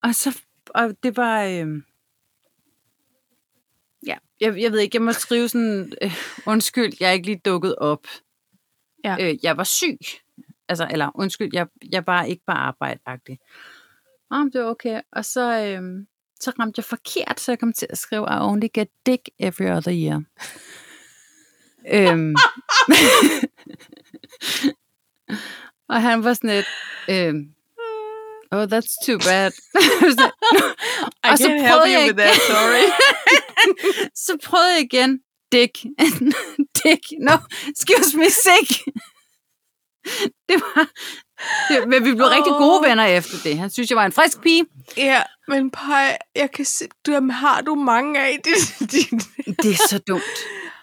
Speaker 1: Og, så, og det var... Øhm, ja, jeg, jeg ved ikke, jeg må skrive sådan... Øh, undskyld, jeg er ikke lige dukket op.
Speaker 2: Ja.
Speaker 1: Øh, jeg var syg. Altså, eller undskyld, jeg, jeg var ikke på arbejde Om det var okay. Og så, øhm, så ramte jeg forkert, så jeg kom til at skrive, I only get dick every other year. øhm. og han var sådan lidt, øhm, oh, that's too bad.
Speaker 2: I
Speaker 1: Og så
Speaker 2: can't help
Speaker 1: prøvede
Speaker 2: you
Speaker 1: jeg
Speaker 2: with that, sorry.
Speaker 1: så prøvede jeg igen, dick, dick, no, excuse me, sick. det var, det, men vi blev oh. rigtig
Speaker 2: Åh.
Speaker 1: gode venner efter det. Han synes, jeg var en frisk pige.
Speaker 2: ja, men Paj, jeg kan se, du, dem har du mange af. Det, det.
Speaker 1: Det er så dumt.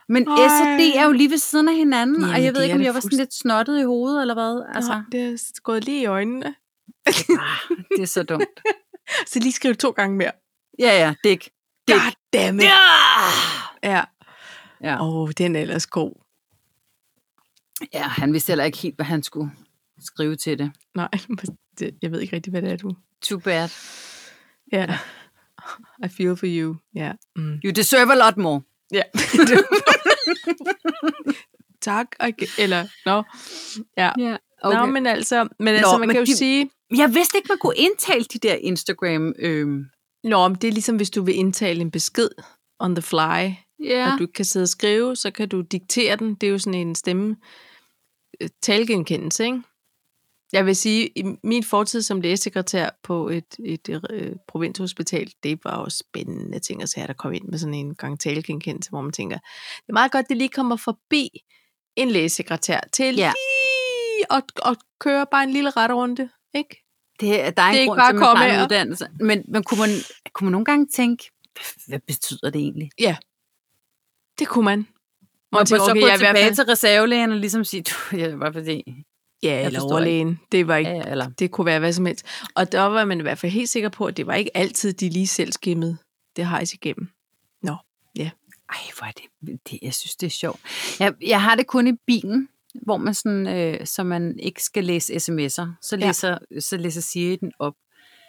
Speaker 1: Men
Speaker 2: Ej.
Speaker 1: S og D er jo lige ved siden af hinanden, Jamen, og
Speaker 2: Jamen,
Speaker 1: jeg ved
Speaker 2: det
Speaker 1: ikke,
Speaker 2: er
Speaker 1: om
Speaker 2: det
Speaker 1: jeg var sådan
Speaker 2: fuldst-
Speaker 1: lidt snottet i hovedet, eller hvad. Altså,
Speaker 2: Altså. det er gået lige i øjnene.
Speaker 1: ah, det er så dumt.
Speaker 2: Så lige skriv to gange mere.
Speaker 1: Ja, ja, dick. Dick.
Speaker 2: God damn it.
Speaker 1: Ja!
Speaker 2: Ja.
Speaker 1: Ja.
Speaker 2: Åh, oh, den er ellers god.
Speaker 1: ja, han vidste heller ikke helt, hvad han skulle skrive til det.
Speaker 2: Nej, det, jeg ved ikke rigtig, hvad det er, du...
Speaker 1: Too bad.
Speaker 2: Ja. I feel for you. Ja. Mm.
Speaker 1: You deserve a lot more.
Speaker 2: Ja. tak. Okay. Eller, nå. Ja.
Speaker 1: Ja,
Speaker 2: Okay. Nå, men altså, men altså, man
Speaker 1: men
Speaker 2: kan jo
Speaker 1: de-
Speaker 2: sige...
Speaker 1: Jeg vidste ikke, man kunne indtale de der Instagram. Øhm.
Speaker 2: Nå, men det er ligesom, hvis du vil indtale en besked on the fly, ja.
Speaker 1: Ja.
Speaker 2: og du ikke kan sidde og skrive, så kan du diktere den. Det er jo sådan en stemme øh, talegenkendelse, ikke? Jeg vil sige, i min fortid som lægesekretær på et, et øh, provinshospital, det var jo spændende ting at se, at der kom ind med sådan en gang talegenkendelse, hvor man tænker, det er meget godt, det lige kommer forbi en lægesekretær til
Speaker 1: Ja.
Speaker 2: lige at, at køre bare en lille ret runde, ikke?
Speaker 1: Det, er- der er en det
Speaker 2: Det er
Speaker 1: er
Speaker 2: ikke
Speaker 1: grund
Speaker 2: bare
Speaker 1: til, at man
Speaker 2: at komme
Speaker 1: tager en
Speaker 2: her.
Speaker 1: uddannelse. Men, men kunne, man, kunne man nogle gange tænke, "Hvad- hvad betyder det egentlig?
Speaker 2: Det kunne man.
Speaker 1: Og
Speaker 2: tænker,
Speaker 1: så
Speaker 2: okay,
Speaker 1: gå
Speaker 2: jeg er i hvert
Speaker 1: tilbage
Speaker 2: fald-
Speaker 1: til reservelægen og ligesom sige, du, jeg var fordi...
Speaker 2: Ja, eller
Speaker 1: forstår
Speaker 2: overlægen. Det var ikke
Speaker 1: Ja, eller,
Speaker 2: Det kunne være hvad som helst. Og der var man i hvert fald helt sikker på, at det var ikke altid, de lige selv skimmede. Det har jeg igennem.
Speaker 1: Ej, hvor er det, det... Jeg synes, det er sjovt. Jeg, jeg har det kun i bilen, hvor man sådan, øh, så man ikke skal læse sms'er. Så
Speaker 2: Ja.
Speaker 1: læser, ja. så læser Siri den op.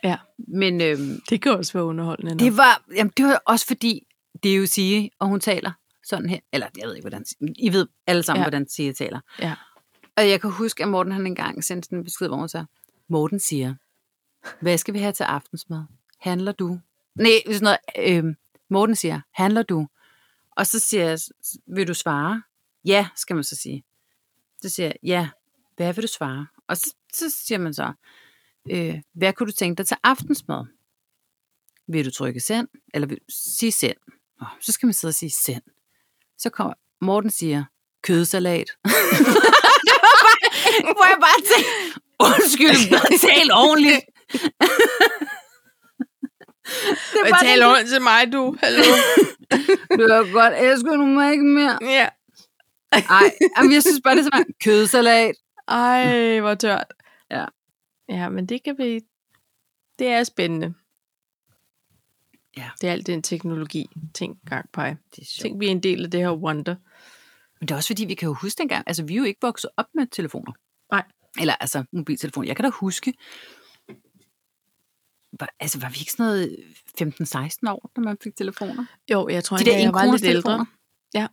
Speaker 2: Ja.
Speaker 1: Men øhm,
Speaker 2: Det kan også være underholdende. nok.
Speaker 1: det, var, jamen, det var også fordi, det er jo Siri, og hun taler sådan her. Eller jeg ved ikke, hvordan... I ved alle sammen,
Speaker 2: Ja.
Speaker 1: ja. hvordan Siri taler.
Speaker 2: Ja.
Speaker 1: Og jeg kan huske, at Morten han engang sendte sådan en besked, hvor hun sagde, Morten siger, hvad skal vi have til aftensmad? Handler du? Nej, sådan noget, øh, Morten siger, handler du? Og så siger jeg, vil du svare? Ja, skal man så sige. Så siger jeg, ja, hvad vil du svare? Og så, så siger man så, øh, hvad kunne du tænke dig til aftensmad? Vil du trykke send? Eller vil du sige send? Nå, så skal man sidde og sige send. Så kommer Morten siger, kødsalat. Hvor jeg bare tænkte, undskyld, bare tal ordentligt. det
Speaker 2: Jeg taler over til mig, du. Hallo.
Speaker 1: Du er godt, elsker du mig ikke mere.
Speaker 2: ja.
Speaker 1: Ej, jamen, jeg synes bare, det er så meget kødsalat.
Speaker 2: Ej, hvor tørt.
Speaker 1: Ja.
Speaker 2: Ja, men det kan vi... Det er spændende.
Speaker 1: Ja.
Speaker 2: Det er alt den teknologi, tænk gang på.
Speaker 1: Det er sjovt.
Speaker 2: Tænk, vi er en del af det her wonder.
Speaker 1: Men det er også fordi, vi kan jo huske dengang, altså vi er jo ikke vokset op med telefoner.
Speaker 2: Nej.
Speaker 1: Eller altså mobiltelefoner. Jeg kan da huske, var, altså var vi ikke sådan noget 15-16 år, når man fik telefoner?
Speaker 2: Jo, jeg tror,
Speaker 1: De der
Speaker 2: jeg var lidt
Speaker 1: enkroners telefoner.
Speaker 2: ældre. Ja.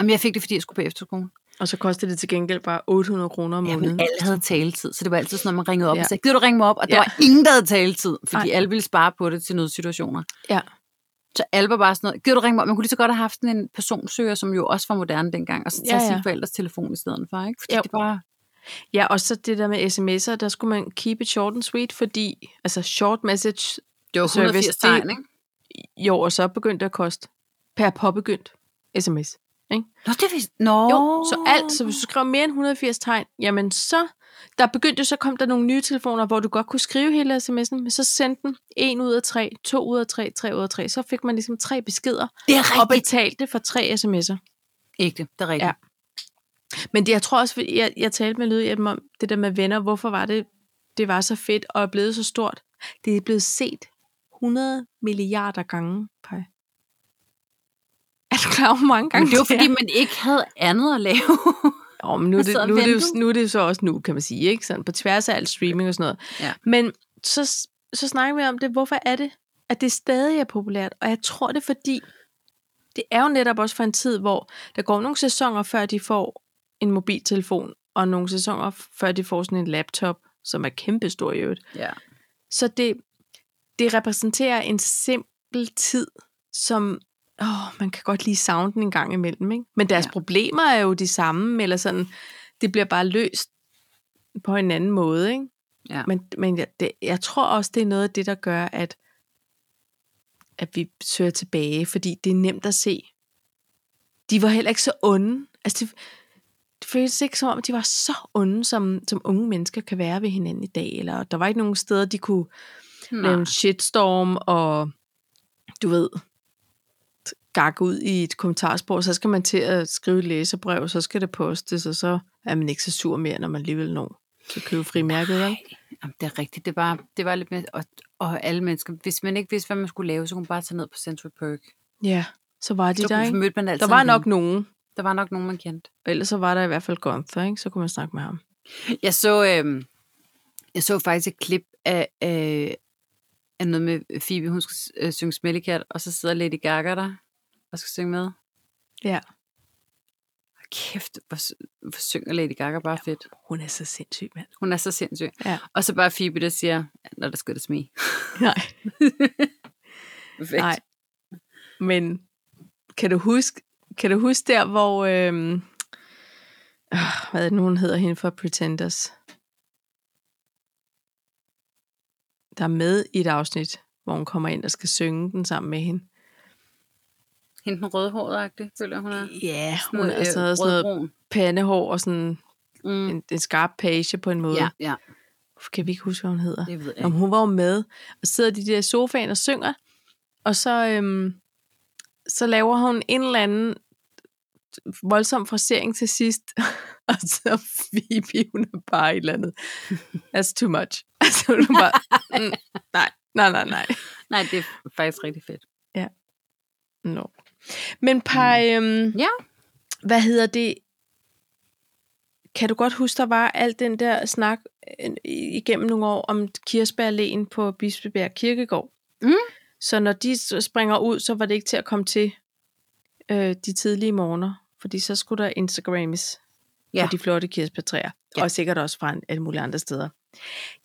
Speaker 1: Jamen jeg fik det, fordi jeg skulle på efterskole.
Speaker 2: Og så koster det til gengæld bare 800 kroner om
Speaker 1: Jamen,
Speaker 2: måneden.
Speaker 1: alle havde taletid, så det var altid sådan, når man ringede op ja.
Speaker 2: Ja.
Speaker 1: og sagde, gider du ringe mig op? Og der
Speaker 2: Ja.
Speaker 1: var ingen, der havde taletid, fordi
Speaker 2: Nej.
Speaker 1: alle ville spare på det til nødsituationer.
Speaker 2: Ja.
Speaker 1: Så alle var bare sådan noget, gider du ringe mig op? Man kunne lige så godt have haft sådan en personsøger, som jo også var moderne dengang, og så tage ja,
Speaker 2: Ja,
Speaker 1: ja.
Speaker 2: ja.
Speaker 1: sine forældres telefon i stedet for, ikke? Fordi jo.
Speaker 2: Jo.
Speaker 1: det var,
Speaker 2: Ja, og så det der med sms'er, der skulle man keep it short and sweet, fordi altså short message
Speaker 1: det var
Speaker 2: Så hvis
Speaker 1: 180
Speaker 2: det-
Speaker 1: tegn, ikke?
Speaker 2: i år, og så begyndte det at koste per påbegyndt sms.
Speaker 1: Nå, det vidste... Nå.
Speaker 2: Jo, så alt, så hvis du skrev mere end 180 tegn, jamen så, der begyndte jo, så kom der nogle nye telefoner, hvor du godt kunne skrive hele sms'en, men så sendte den 1 ud af 3, 2 ud af 3, 3 ud af 3, så fik man ligesom tre beskeder,
Speaker 1: det er
Speaker 2: og
Speaker 1: rigtigt.
Speaker 2: betalte for tre sms'er.
Speaker 1: Ægte, det er rigtigt. Ja.
Speaker 2: Ja. Men det, jeg tror også, jeg, jeg talte med Lydhjælpen om det der med venner. Hvorfor var det, det var så fedt og er blevet så stort? Det er blevet set 100 milliarder gange, Paj. Er du klar over, hvor mange gange
Speaker 1: Men det var, fordi
Speaker 2: er?
Speaker 1: man ikke havde andet at lave.
Speaker 2: Jo, men nu,
Speaker 1: man
Speaker 2: er
Speaker 1: sad og
Speaker 2: det, nu, er det
Speaker 1: ventede.
Speaker 2: jo, nu er det jo så også nu, kan man sige, ikke? Sådan, på tværs af alt streaming og sådan noget.
Speaker 1: Ja.
Speaker 2: Men så, så snakker vi om det. Hvorfor er det, at det stadig er populært? Og jeg tror det, er fordi det er jo netop også for en tid, hvor der går nogle sæsoner, før de får en mobiltelefon, og nogle sæsoner, før de får sådan en laptop, som er kæmpestor i øvrigt.
Speaker 1: ja.
Speaker 2: Så det, det repræsenterer en simpel tid, som åh, man kan godt lige savne den en gang imellem. Ikke? Men deres
Speaker 1: Ja.
Speaker 2: ja. problemer er jo de samme, eller sådan, det bliver bare løst på en anden måde. Ikke?
Speaker 1: Ja.
Speaker 2: Men, men jeg, det, jeg tror også, det er noget af det, der gør, at, at vi søger tilbage, fordi det er nemt at se. De var heller ikke så onde. Altså, det, det føles ikke som om, at de var så onde, som, som unge mennesker kan være ved hinanden i dag. Eller der var ikke nogen steder, de kunne lave en shitstorm og du ved gak ud i et kommentarspor, så skal man til at skrive et læserbrev, så skal det postes, og så er man ikke så sur mere, når man alligevel når til at købe frimærket.
Speaker 1: Nej,
Speaker 2: Vel?
Speaker 1: jamen, det er rigtigt. Det var, det var lidt mere... Og, og alle mennesker... Hvis man ikke vidste, hvad man skulle lave, så kunne man bare tage ned på Central Perk.
Speaker 2: Ja, så var de
Speaker 1: Så
Speaker 2: der,
Speaker 1: kunne-
Speaker 2: ikke?
Speaker 1: mødte man altid
Speaker 2: Der var
Speaker 1: en ven.
Speaker 2: nok nogen,
Speaker 1: Der var nok nogen, man kendte.
Speaker 2: og ellers så var der i hvert fald Gunther, ikke? Så kunne man snakke med ham.
Speaker 1: Jeg så, øh, jeg så faktisk et klip af, af, af noget med Phoebe, hun skal øh, synge Smellikat, og så sidder Lady Gaga der og skal synge med.
Speaker 2: Ja.
Speaker 1: Og kæft, hvor, s- hvor synger Lady Gaga bare fedt.
Speaker 2: Hun er så sindssyg, mand.
Speaker 1: Hun er så sindssyg.
Speaker 2: Ja.
Speaker 1: Og så bare Phoebe, der siger, "Ja, når der skøttes mig.
Speaker 2: Nej,
Speaker 1: Perfekt.
Speaker 2: nej. Men kan du huske, kan du huske der, hvor... Øhm, øh, hvad er det nu, hun hedder hende for Pretenders? Der er med i et afsnit, hvor hun kommer ind og skal synge den sammen med hende.
Speaker 1: Hende den rødhårede føler jeg, hun er. øh,
Speaker 2: Ja, hun er sådan noget, sådan noget
Speaker 1: rødbrun.
Speaker 2: pandehår og sådan
Speaker 1: Mm.
Speaker 2: en, en skarp page på en måde.
Speaker 1: Ja, ja,
Speaker 2: Kan vi ikke huske, hvad hun hedder?
Speaker 1: det ved jeg
Speaker 2: Om
Speaker 1: ikke.
Speaker 2: hun var jo med, og sidder de der i sofaen og synger, og så, øhm, så laver hun en eller anden voldsom frasering til sidst, og så Phoebe, hun er bare et eller andet. That's too much. Altså, hun er bare, mm, nej, nej, nej, nej.
Speaker 1: Nej, det er faktisk rigtig fedt.
Speaker 2: No. Men Paj, øhm,
Speaker 1: Ja.
Speaker 2: hvad hedder det? Kan du godt huske, der var al den der snak øh, igennem nogle år om Kirsberglæen på Bispebjerg Kirkegård?
Speaker 1: Mm.
Speaker 2: Så når de s- springer ud, så var det ikke til at komme til øh, de tidlige morgener, fordi så skulle der Instagrammes
Speaker 1: Ja.
Speaker 2: ja. for de flotte kirsebærtræer,
Speaker 1: Ja.
Speaker 2: ja. og sikkert også fra en- alle mulige andre steder.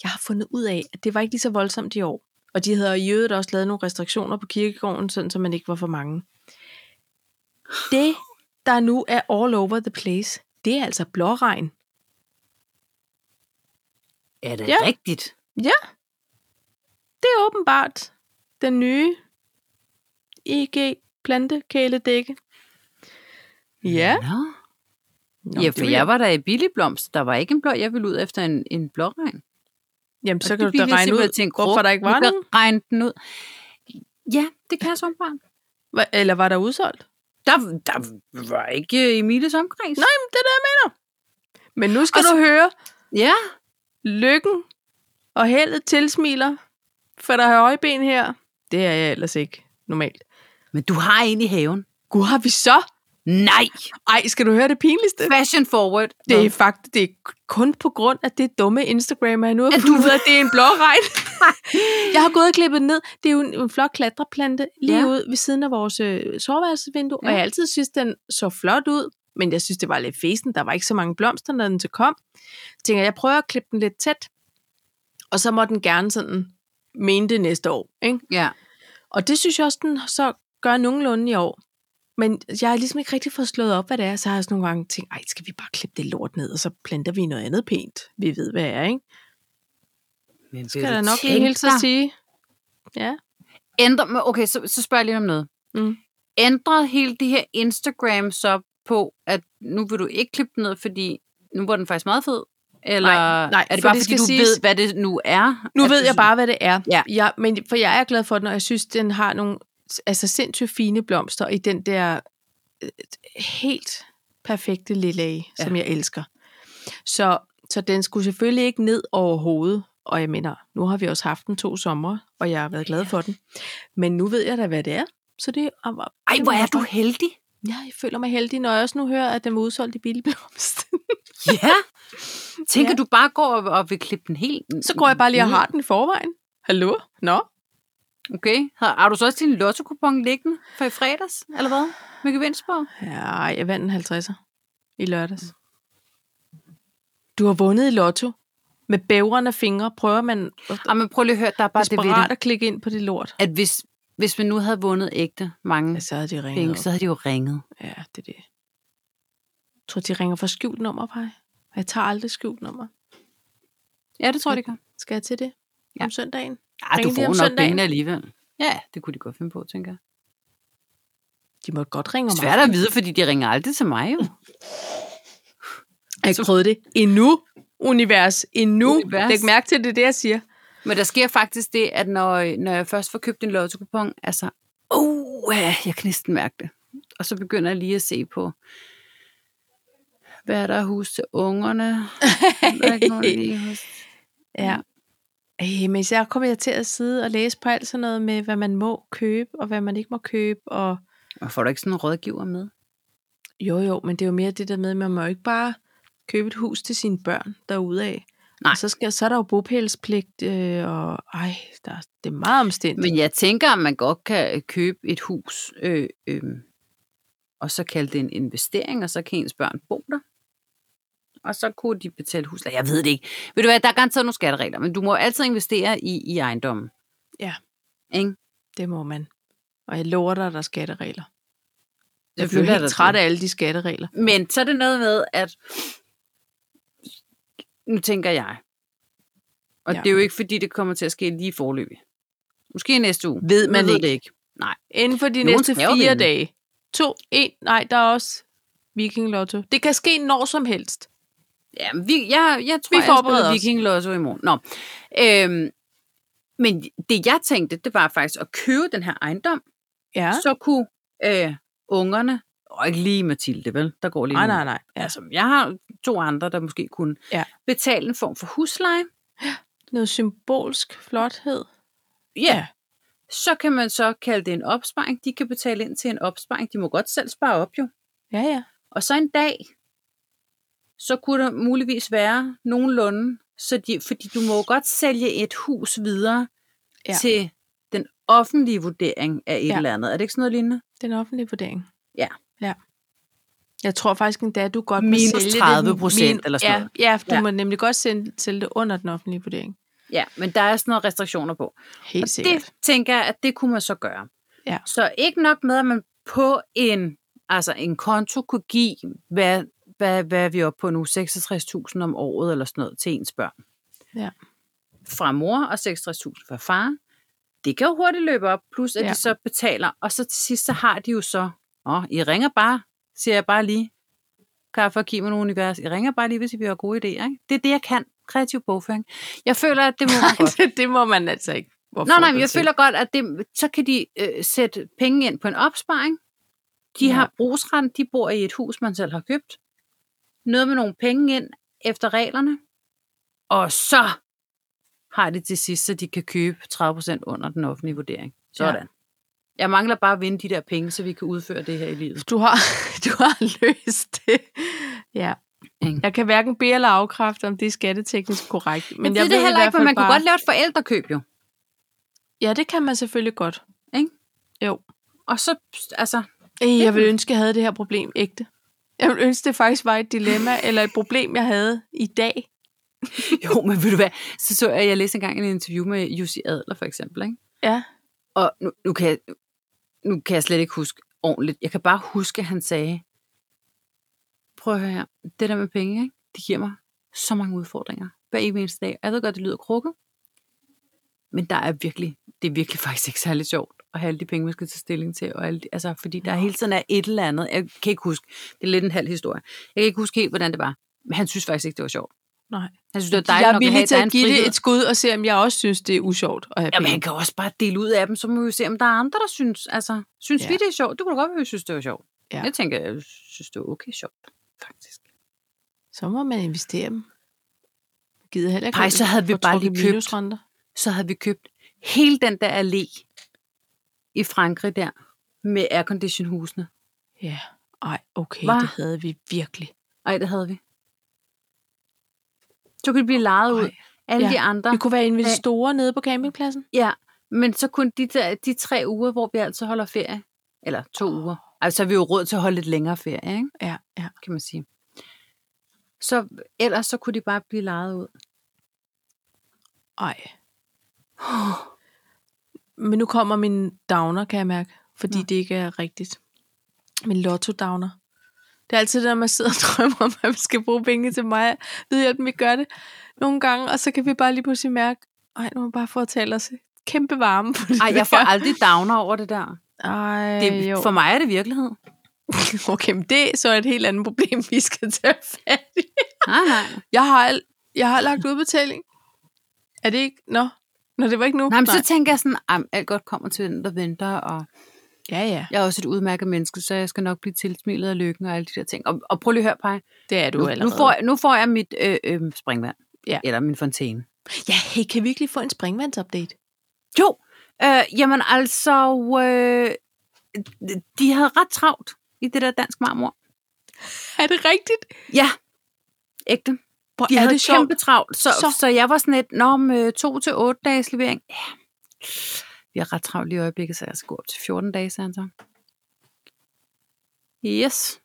Speaker 2: Jeg har fundet ud af, at det var ikke lige så voldsomt i år, og de havde i øvrigt også lavet nogle restriktioner på kirkegården, sådan så man ikke var for mange. Det, der nu er all over the place, det er altså blåregn.
Speaker 1: Er det
Speaker 2: Ja.
Speaker 1: rigtigt?
Speaker 2: Ja, det er åbenbart den nye EG plantekæledække. Ja.
Speaker 1: Nå.
Speaker 2: Nå,
Speaker 1: ja,
Speaker 2: det
Speaker 1: for
Speaker 2: vil jeg-
Speaker 1: jeg var der i billigblomst. Der var ikke en blå. Jeg ville ud efter en, en blåregn.
Speaker 2: Jamen, så
Speaker 1: Og
Speaker 2: kan
Speaker 1: det
Speaker 2: du
Speaker 1: ville
Speaker 2: da
Speaker 1: jeg
Speaker 2: regne
Speaker 1: simpelthen
Speaker 2: ud,
Speaker 1: til en
Speaker 2: hvorfor
Speaker 1: krog.
Speaker 2: der ikke
Speaker 1: Du
Speaker 2: var
Speaker 1: kan
Speaker 2: nogen.
Speaker 1: regne den ud. Ja, det kan jeg som barn.
Speaker 2: Hva- Eller var der udsolgt?
Speaker 1: Der, der var ikke
Speaker 2: øh,
Speaker 1: Emilies omkreds.
Speaker 2: Nej, men det er det, jeg mener. Men nu skal
Speaker 1: Og
Speaker 2: du høre,
Speaker 1: Ja,
Speaker 2: lykken og heldet tilsmiler, for der har højben her. Det er jeg ellers ikke normalt.
Speaker 1: men du har en i haven.
Speaker 2: Gud, har vi så?
Speaker 1: Nej,
Speaker 2: Ej, skal du høre det pinligste?
Speaker 1: fashion forward.
Speaker 2: Det er faktisk det er kun på grund af det dumme Instagram, at jeg nu har
Speaker 1: At
Speaker 2: fundet
Speaker 1: du-
Speaker 2: ud af, at det er en blåregn. jeg har gået og klippet den ned. Det er jo en, en flot klatreplante lige
Speaker 1: Ja.
Speaker 2: ja. ude ved siden af vores øh, soveværelsesvindue, ja.
Speaker 1: Ja.
Speaker 2: og jeg har altid synes, den så flot ud. men jeg synes, det var lidt fesen. Der var ikke så mange blomster, når den til kom. Så tænker jeg, jeg prøver at klippe den lidt tæt, og så må den gerne sådan mene det næste år. Ikke?
Speaker 1: Ja.
Speaker 2: Og det synes jeg også, den så gør nogenlunde i år. Men jeg har ligesom ikke rigtig fået slået op, hvad det er. Så har jeg også nogle gange tænkt, ej, skal vi bare klippe det lort ned, og så planter vi noget andet pænt. Vi ved, hvad det er, ikke?
Speaker 1: Men det
Speaker 2: Skal jeg da nok helt at sige. Ja.
Speaker 1: ændre, men okay, så, så spørger jeg lige om noget.
Speaker 2: Mm.
Speaker 1: Ændrer hele det her Instagram så på, at nu vil du ikke klippe den ned, fordi nu var den faktisk meget fed? Eller
Speaker 2: Nej, nej,
Speaker 1: er det
Speaker 2: for
Speaker 1: bare, fordi
Speaker 2: det skal
Speaker 1: du
Speaker 2: siges-
Speaker 1: ved, hvad det nu er?
Speaker 2: Nu
Speaker 1: At
Speaker 2: ved
Speaker 1: du
Speaker 2: jeg
Speaker 1: sådan-
Speaker 2: bare, hvad det er.
Speaker 1: Ja.
Speaker 2: Jeg, men, for jeg er glad for den, og jeg synes, den har nogle altså sindssygt fine blomster i den der øh, helt perfekte lille ja. som jeg elsker. Så, så den skulle selvfølgelig ikke ned overhovedet. Og jeg mener, nu har vi også haft den to sommer, og jeg har været glad for den. Men nu ved jeg da, hvad det er. Så det er,
Speaker 1: Ej, hvor er du heldig.
Speaker 2: Ja, jeg føler mig heldig, når jeg også nu hører, at den var udsolgt i billigblomst.
Speaker 1: Ja. Tænker
Speaker 2: Ja.
Speaker 1: ja. du bare går og, og vil klippe den helt?
Speaker 2: så går jeg bare
Speaker 1: Mm.
Speaker 2: lige og har den i forvejen. Hallo? Nå?
Speaker 1: Okay. Har, har du så også din lotto-kupon liggende for i fredags, eller hvad? Med gevinst på?
Speaker 2: Ja, jeg vandt en 50'er i lørdags. Mm. Du har vundet i lotto. Med bævrende fingre prøver man
Speaker 1: Ej, men prøv lige at høre, der er bare det ved
Speaker 2: desperat
Speaker 1: det,
Speaker 2: at klikke ind på det lort.
Speaker 1: at hvis, hvis vi nu havde vundet ægte mange
Speaker 2: Ja, så havde de ringet
Speaker 1: penge,
Speaker 2: op.
Speaker 1: så havde de jo ringet.
Speaker 2: Ja, det er det. Jeg tror, de ringer fra skjult nummer, Paj. Jeg tager aldrig skjult nummer.
Speaker 1: Ja, det tror jeg, de gør.
Speaker 2: Skal jeg til det ja.
Speaker 1: Ja.
Speaker 2: om søndagen?
Speaker 1: Ja, Ah, du
Speaker 2: Ringe lige
Speaker 1: får
Speaker 2: om
Speaker 1: nok
Speaker 2: søndagen.
Speaker 1: pengene alligevel. Ja, det kunne de godt finde på, tænker jeg.
Speaker 2: De må godt ringe om
Speaker 1: Svært at vide, fordi de ringer aldrig til mig jo.
Speaker 2: Jeg har ikke prøvet det. Endnu, univers. Endnu.
Speaker 1: Univers.
Speaker 2: Læg mærke til det, er det jeg siger.
Speaker 1: Men der sker faktisk det, at når, når jeg først får købt en lotto-kupon, altså, uh, jeg kan næsten mærke det. Og så begynder jeg lige at se på, hvad er der af hus til ungerne? Der er ikke nogen lige hos.
Speaker 2: Ja. Ej, men så kommer jeg til at sidde og læse på alt sådan noget med, hvad man må købe, og hvad man ikke må købe, og
Speaker 1: Og får du ikke sådan en rådgiver med?
Speaker 2: jo jo, men det er jo mere det der med, at man må jo ikke bare købe et hus til sine børn derude af.
Speaker 1: Nej.
Speaker 2: Og så, skal, så er der jo bopælspligt, øh, og ej, der, er- det er meget omstændigt.
Speaker 1: Men jeg tænker, at man godt kan øh, købe et hus, øh, øh, og så kalde det en investering, og så kan ens børn bo der. Og så kunne de betale husleje. Jeg ved det ikke. Ved du hvad, der er garanteret nogle skatteregler, men du må altid investere i, i ejendommen.
Speaker 2: Ja.
Speaker 1: Ikke?
Speaker 2: Det må man. Og jeg lover dig, at der er skatteregler. Jeg blev
Speaker 1: Selvfølgelig er der
Speaker 2: helt
Speaker 1: det.
Speaker 2: træt af alle de skatteregler.
Speaker 1: Men så er det noget med, at nu tænker jeg, og
Speaker 2: Ja.
Speaker 1: ja. det er jo ikke, fordi det kommer til at ske lige forløbig. Måske næste uge.
Speaker 2: Ved man
Speaker 1: Jeg ved
Speaker 2: ikke.
Speaker 1: det ikke. Nej.
Speaker 2: Inden for de
Speaker 1: Nogen
Speaker 2: næste
Speaker 1: skal jo
Speaker 2: fire
Speaker 1: vinde.
Speaker 2: dage. To, en, nej, der er også Viking Lotto. Det kan ske når som helst.
Speaker 1: Ja, men vi, jeg, jeg tror,
Speaker 2: Vi
Speaker 1: vi jeg
Speaker 2: forbereder
Speaker 1: spiller
Speaker 2: os.
Speaker 1: Viking Lotto i morgen. Nå. Øhm, men det, jeg tænkte, det var faktisk at købe den her ejendom.
Speaker 2: Ja.
Speaker 1: Ja. Så kunne øh, ungerne, og ikke lige Mathilde, vel? Der går lige
Speaker 2: Nej,
Speaker 1: nu.
Speaker 2: nej, nej. Ja.
Speaker 1: Altså, jeg har to andre, der måske kunne
Speaker 2: Ja.
Speaker 1: betale en form for husleje.
Speaker 2: Noget symbolsk flothed.
Speaker 1: Ja. Yeah. Så kan man så kalde det en opsparing. De kan betale ind til en opsparing. De må godt selv spare op, jo.
Speaker 2: Ja, ja.
Speaker 1: Og så en dag, så kunne der muligvis være nogenlunde, så de, fordi du må jo godt sælge et hus videre
Speaker 2: Ja.
Speaker 1: ja. til den offentlige vurdering af et
Speaker 2: Ja.
Speaker 1: ja. eller andet. Er det ikke sådan noget lignende?
Speaker 2: Den offentlige vurdering.
Speaker 1: Ja.
Speaker 2: Ja. Jeg tror faktisk endda, at du godt må
Speaker 1: Minus
Speaker 2: sælge det.
Speaker 1: 30%
Speaker 2: Min-
Speaker 1: eller sådan
Speaker 2: ja,
Speaker 1: noget.
Speaker 2: Ja, du
Speaker 1: Ja.
Speaker 2: må nemlig godt sælge, sælge det under den offentlige vurdering.
Speaker 1: Ja, men der er sådan nogle restriktioner på.
Speaker 2: Helt
Speaker 1: og
Speaker 2: sikkert.
Speaker 1: det tænker jeg, at det kunne man så gøre.
Speaker 2: Ja.
Speaker 1: Så ikke nok med, at man på en, altså en konto kunne give, hvad, hvad, hvad er vi oppe på nu, 66.000 om året eller sådan noget til ens børn.
Speaker 2: Ja.
Speaker 1: Fra mor og 66.000 fra far. Det kan jo hurtigt løbe op, plus at
Speaker 2: Ja.
Speaker 1: ja. de så betaler. Og så til sidst, så har de jo så, åh, I ringer bare, siger jeg bare lige, kaffe og kim og univers. I ringer bare lige, hvis I vil have gode idéer. Ikke? Det er det, jeg kan. Kreativ bogføring. Jeg føler, at det må man godt.
Speaker 2: Det, det må man altså ikke.
Speaker 1: Nå, nej, men jeg føler godt, at det, så kan de øh, sætte penge ind på en opsparing. De
Speaker 2: Ja.
Speaker 1: ja. har brugsrent, de bor i et hus, man selv har købt. Noget med nogle penge ind efter reglerne. Og så har de til sidst, så de kan købe 30% under den offentlige vurdering. Sådan.
Speaker 2: Ja.
Speaker 1: Ja. Jeg mangler bare at vinde de der penge, så vi kan udføre det her i livet.
Speaker 2: Du har, du har løst det. Ja.
Speaker 1: Ikke?
Speaker 2: Jeg kan hverken bede eller afkræfte, om det er skatteteknisk korrekt. Men
Speaker 1: Men det
Speaker 2: jeg
Speaker 1: er det
Speaker 2: ved
Speaker 1: heller
Speaker 2: i
Speaker 1: ikke,
Speaker 2: hvert
Speaker 1: men
Speaker 2: fald
Speaker 1: man bare...
Speaker 2: bare,
Speaker 1: kunne godt lave et forældrekøb jo.
Speaker 2: Ja, det kan man selvfølgelig godt.
Speaker 1: Ikke?
Speaker 2: Jo.
Speaker 1: Og så, altså,
Speaker 2: Ej, jeg
Speaker 1: Det-
Speaker 2: ville ønske, at jeg havde det her problem ægte. Jeg ville ønske, det faktisk var et dilemma eller et problem, jeg havde i dag.
Speaker 1: Jo, men ved du hvad, så så jeg, jeg læste engang en interview med Jussi Adler for eksempel, ikke?
Speaker 2: Ja.
Speaker 1: og nu, nu, kan jeg, nu kan jeg slet ikke huske ordentligt. Jeg kan bare huske, at han sagde, prøv at høre her, det der med penge, ikke? det giver mig så mange udfordringer hver evig eneste dag. Og Jeg ved godt, det lyder krukke, men der er virkelig, det er virkelig faktisk ikke særlig sjovt at have alle de penge, man skal tage stilling til. Og alle de, altså, fordi der hele tiden er et eller andet. Jeg kan ikke huske. Det er lidt en halv historie. Jeg kan ikke huske helt, hvordan det var. Men han synes faktisk ikke, det var sjovt.
Speaker 2: Nej.
Speaker 1: Han synes, det var
Speaker 2: Dejligt
Speaker 1: dejligt
Speaker 2: jeg er
Speaker 1: nok have,
Speaker 2: villig til
Speaker 1: der en
Speaker 2: at give
Speaker 1: frihed.
Speaker 2: det et skud og se, om jeg også synes, det er usjovt at have
Speaker 1: Jamen,
Speaker 2: penge.
Speaker 1: han kan også bare dele ud af dem, så må vi jo se, om der er andre, der synes. Altså, synes
Speaker 2: Ja.
Speaker 1: ja. vi, det er sjovt? Det kunne da godt være, vi synes, det var sjovt.
Speaker 2: Ja.
Speaker 1: Ja. Jeg tænker, jeg synes, det var okay sjovt, faktisk.
Speaker 2: Så må man investere dem. Gider heller ikke.
Speaker 1: Ej, så havde vi
Speaker 2: få
Speaker 1: bare
Speaker 2: trukket
Speaker 1: lige købt-
Speaker 2: minusrenter.
Speaker 1: Så havde vi købt hele den der allé i Frankrig der, med airconditionhusene.
Speaker 2: Ja. Ej, okay,
Speaker 1: Hva?
Speaker 2: det havde vi virkelig.
Speaker 1: Ej, det havde vi. Så kunne de blive lejet ud.
Speaker 2: Ej.
Speaker 1: Alle
Speaker 2: Ja.
Speaker 1: ja. de andre.
Speaker 2: Vi kunne være investorer nede på campingpladsen.
Speaker 1: Ja, men så kun de, der, de tre uger, hvor vi altså holder ferie. Eller to uger. Altså, så har vi jo råd til at holde lidt længere ferie, ikke?
Speaker 2: Ja, ja.
Speaker 1: kan man sige. Så ellers så kunne de bare blive lejet ud.
Speaker 2: Ej. Men nu kommer min downer, kan jeg mærke. Fordi
Speaker 1: Nå.
Speaker 2: det ikke er rigtigt. Min lotto-downer. Det er altid det, når man sidder og drømmer om, at man skal bruge penge til mig. Ved hjælpen, vi gør det nogle gange, og så kan vi bare lige pludselig mærke, ej, nu har vi bare fået talt os kæmpe varme på det
Speaker 1: Ej, jeg får
Speaker 2: der."
Speaker 1: aldrig downer over det der.
Speaker 2: Ej,
Speaker 1: Det,
Speaker 2: Øh, jo.
Speaker 1: for mig er det virkelighed.
Speaker 2: Okay, men det er så et helt andet problem, vi skal tage fat i.
Speaker 1: Nej, nej.
Speaker 2: Jeg har, al- jeg har lagt udbetaling. Er det ikke? Nå, Nå det var ikke nu.
Speaker 1: Nej, men så tænker jeg sådan, at alt godt kommer til den, der venter, og
Speaker 2: Ja, ja,
Speaker 1: jeg er også et udmærket menneske, så jeg skal nok blive tilsmilet af lykken og alle de der ting. Og, og prøv lige at høre, Paj.
Speaker 2: det er du
Speaker 1: Nu,
Speaker 2: allerede.
Speaker 1: nu, får jeg, nu får jeg mit øh, øh, springvand.
Speaker 2: Ja.
Speaker 1: Eller min fontæne.
Speaker 2: Ja, hey, kan vi ikke lige få en springvandsupdate?
Speaker 1: Jo, øh, jamen altså, øh, de havde ret travlt i det der dansk marmor.
Speaker 2: Er det rigtigt?
Speaker 1: Ja, ægte.
Speaker 2: Hvor
Speaker 1: De
Speaker 2: er
Speaker 1: havde
Speaker 2: det
Speaker 1: det kæmpe travlt, så,
Speaker 2: Så-
Speaker 1: så. så jeg var sådan et, nå, om øh, to til otte dages levering. Ja. Vi har ret travlt lige i øjeblikket, så jeg skal gå op til 14 dage, sagde han så. Yes.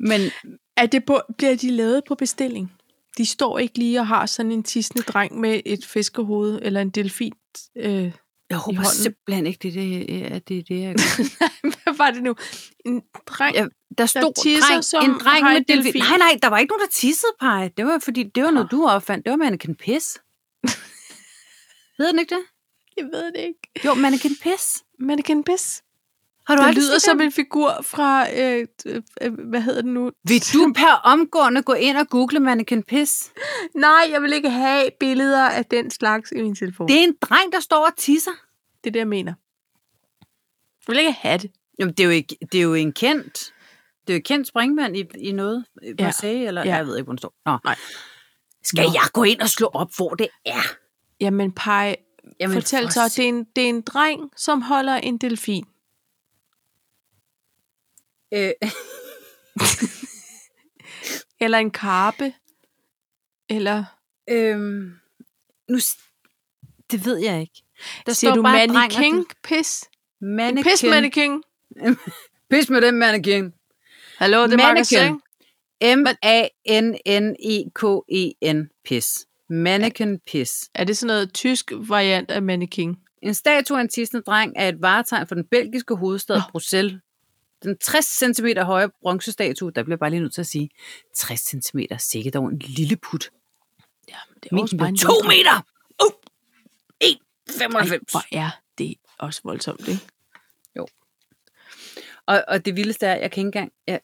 Speaker 1: Men
Speaker 2: Er det på, bliver de lavet på bestilling? De står ikke lige og har sådan en tissende dreng med et fiskehoved eller en delfin. Øh,
Speaker 1: jeg håber
Speaker 2: hånden.
Speaker 1: simpelthen ikke, det, er det, øh, at det er det, jeg gør.
Speaker 2: hvad var det nu? En dreng?
Speaker 1: Jeg- Der stod
Speaker 2: tisser,
Speaker 1: dreng,
Speaker 2: som
Speaker 1: en dreng
Speaker 2: har en
Speaker 1: med delfin.
Speaker 2: delfin.
Speaker 1: Nej, nej, der var ikke nogen, der tissede, Paj. Det var, fordi, det var noget, du opfandt. Det var Mannequin Piss. Ved den ikke det?
Speaker 2: Jeg ved det ikke.
Speaker 1: Jo, Mannequin Piss.
Speaker 2: Mannequin Biss.
Speaker 1: Har du
Speaker 2: Det
Speaker 1: aldrig
Speaker 2: lyder
Speaker 1: set
Speaker 2: som en figur fra, øh, øh, hvad hedder den nu?
Speaker 1: Vil du per omgående gå ind og google Mannequin Piss?
Speaker 2: Nej, jeg vil ikke have billeder af den slags i min telefon.
Speaker 1: Det er en dreng, der står og tisser.
Speaker 2: det er det, jeg mener. Jeg vil ikke have det.
Speaker 1: Jamen, det er jo, ikke, det er jo en kendt... Det er jo et kendt springvand i, i noget, øh,
Speaker 2: Ja.
Speaker 1: Marseille, ja. eller
Speaker 2: Ja.
Speaker 1: ja. jeg ved ikke, hvor den står. Nå.
Speaker 2: Nej.
Speaker 1: Skal
Speaker 2: Nå.
Speaker 1: Nå. jeg gå ind og slå op, hvor det er?
Speaker 2: Jamen, Pai, Jamen, fortæl
Speaker 1: for
Speaker 2: så,
Speaker 1: s-
Speaker 2: det er, en, det er en dreng, som holder en delfin.
Speaker 1: Øh,
Speaker 2: Eller en karpe. Eller
Speaker 1: øh, nu, s- det ved jeg ikke.
Speaker 2: der siger du mannequin pis? En
Speaker 1: Mannequin.
Speaker 2: pis mannequin.
Speaker 1: Pis med den mannequin.
Speaker 2: Hallo, det er
Speaker 1: Mannequin.
Speaker 2: magasin.
Speaker 1: E M-A-N-N-E-K-E-N. Pis. Mannequin Pis.
Speaker 2: Er det sådan noget tysk variant af mannequin?
Speaker 1: En statue af en tissende dreng er et varetegn for den belgiske hovedstad Bruxelles. Den 60 cm høje bronzestatue, der bliver jeg bare lige nødt til at sige, 60 cm, sikkert dog en lille put.
Speaker 2: Ja, det
Speaker 1: Min
Speaker 2: også
Speaker 1: er
Speaker 2: bare en
Speaker 1: 2
Speaker 2: lille-
Speaker 1: meter! Uh!
Speaker 2: Ej,
Speaker 1: 1,95.
Speaker 2: hvor er det også voldsomt, ikke?
Speaker 1: Og, og det vildeste er, jeg kan ikke engang... Jeg,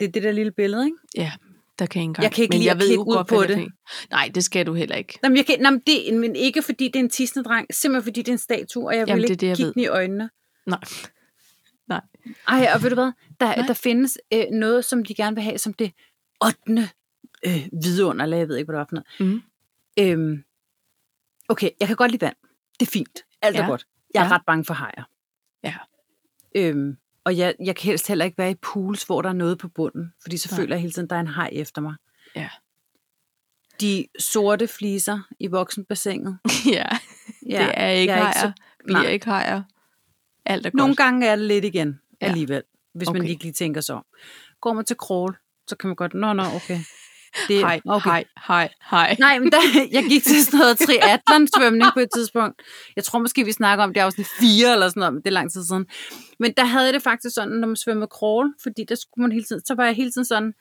Speaker 1: det er det der lille billede, ikke?
Speaker 2: Ja, der kan jeg ikke engang.
Speaker 1: Jeg kan ikke lide at
Speaker 2: jo
Speaker 1: kigge ud
Speaker 2: godt,
Speaker 1: på
Speaker 2: hvad
Speaker 1: det.
Speaker 2: er for en. Nej, det skal du heller ikke.
Speaker 1: Jamen, jeg kan, jamen det, men ikke fordi det er en tissende dreng, simpelthen fordi det er en statue, og jeg
Speaker 2: Jamen,
Speaker 1: vil
Speaker 2: det er
Speaker 1: ikke
Speaker 2: det, jeg
Speaker 1: kigge
Speaker 2: ved.
Speaker 1: den i øjnene.
Speaker 2: Nej. Nej.
Speaker 1: Ej, og ved du hvad?
Speaker 2: Nej.
Speaker 1: Der, der findes øh, noget, som de gerne vil have, som det 8. Øh, vidunder, eller jeg ved ikke, hvad det var for noget.
Speaker 2: Mm.
Speaker 1: Øhm, okay, jeg kan godt lide vand. Det er fint. Alt er
Speaker 2: Ja.
Speaker 1: godt. Jeg er
Speaker 2: Ja.
Speaker 1: ret bange for hajer.
Speaker 2: Ja.
Speaker 1: Øhm, og jeg, jeg kan helst heller ikke være i pools, hvor der er noget på bunden, fordi så
Speaker 2: Nej.
Speaker 1: føler jeg hele tiden, der er en haj efter mig.
Speaker 2: Ja.
Speaker 1: De sorte fliser i voksenbassinet.
Speaker 2: ja,
Speaker 1: Ja,
Speaker 2: det er ikke
Speaker 1: jeg er ikke
Speaker 2: hajer. Vi er
Speaker 1: nej.
Speaker 2: ikke hajer. Alt er
Speaker 1: Nogle
Speaker 2: godt.
Speaker 1: gange er det lidt igen
Speaker 2: Ja.
Speaker 1: alligevel, hvis
Speaker 2: Okay.
Speaker 1: man ikke lige tænker sig om. Går man til crawl, så kan man godt, nå, nå, okay. Det,
Speaker 2: Hej,
Speaker 1: okay.
Speaker 2: hej, hej, hej.
Speaker 1: Nej, men der, jeg gik til sådan noget triathlon-svømning på et tidspunkt. Jeg tror måske, vi snakker om det i afsnit 4 eller sådan noget, men det er lang tid siden. Men der havde jeg det faktisk sådan, når man svømmede crawl, fordi der skulle man hele tiden, så var jeg hele tiden sådan,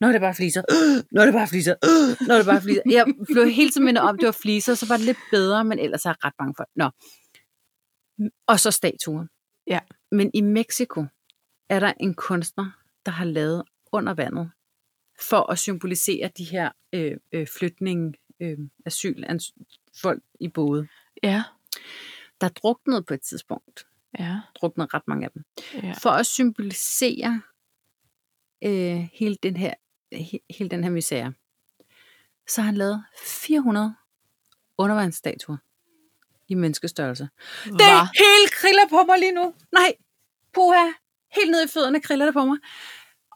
Speaker 1: når det bare fliser, øh, når det bare fliser, øh, når det bare fliser. Jeg blev hele tiden mindet om, det var fliser, så var det lidt bedre, men ellers er jeg ret bange for det. Nå. Og så statuen.
Speaker 2: Ja.
Speaker 1: Men i Mexico er der en kunstner, der har lavet under vandet, for at symbolisere de her øh, øh, flytninge, øh, asyl, folk i både.
Speaker 2: Ja,
Speaker 1: Der druknede på et tidspunkt.
Speaker 2: ja,
Speaker 1: Druknede ret mange af dem.
Speaker 2: ja.
Speaker 1: For at symbolisere øh, hele, den her, he, hele den her misære. Så har han lavet 400 undervandsstatuer i menneskestørrelse. Det
Speaker 2: Hva?
Speaker 1: hele kriller på mig lige nu. Nej, puha. Helt ned i fødderne kriller det på mig.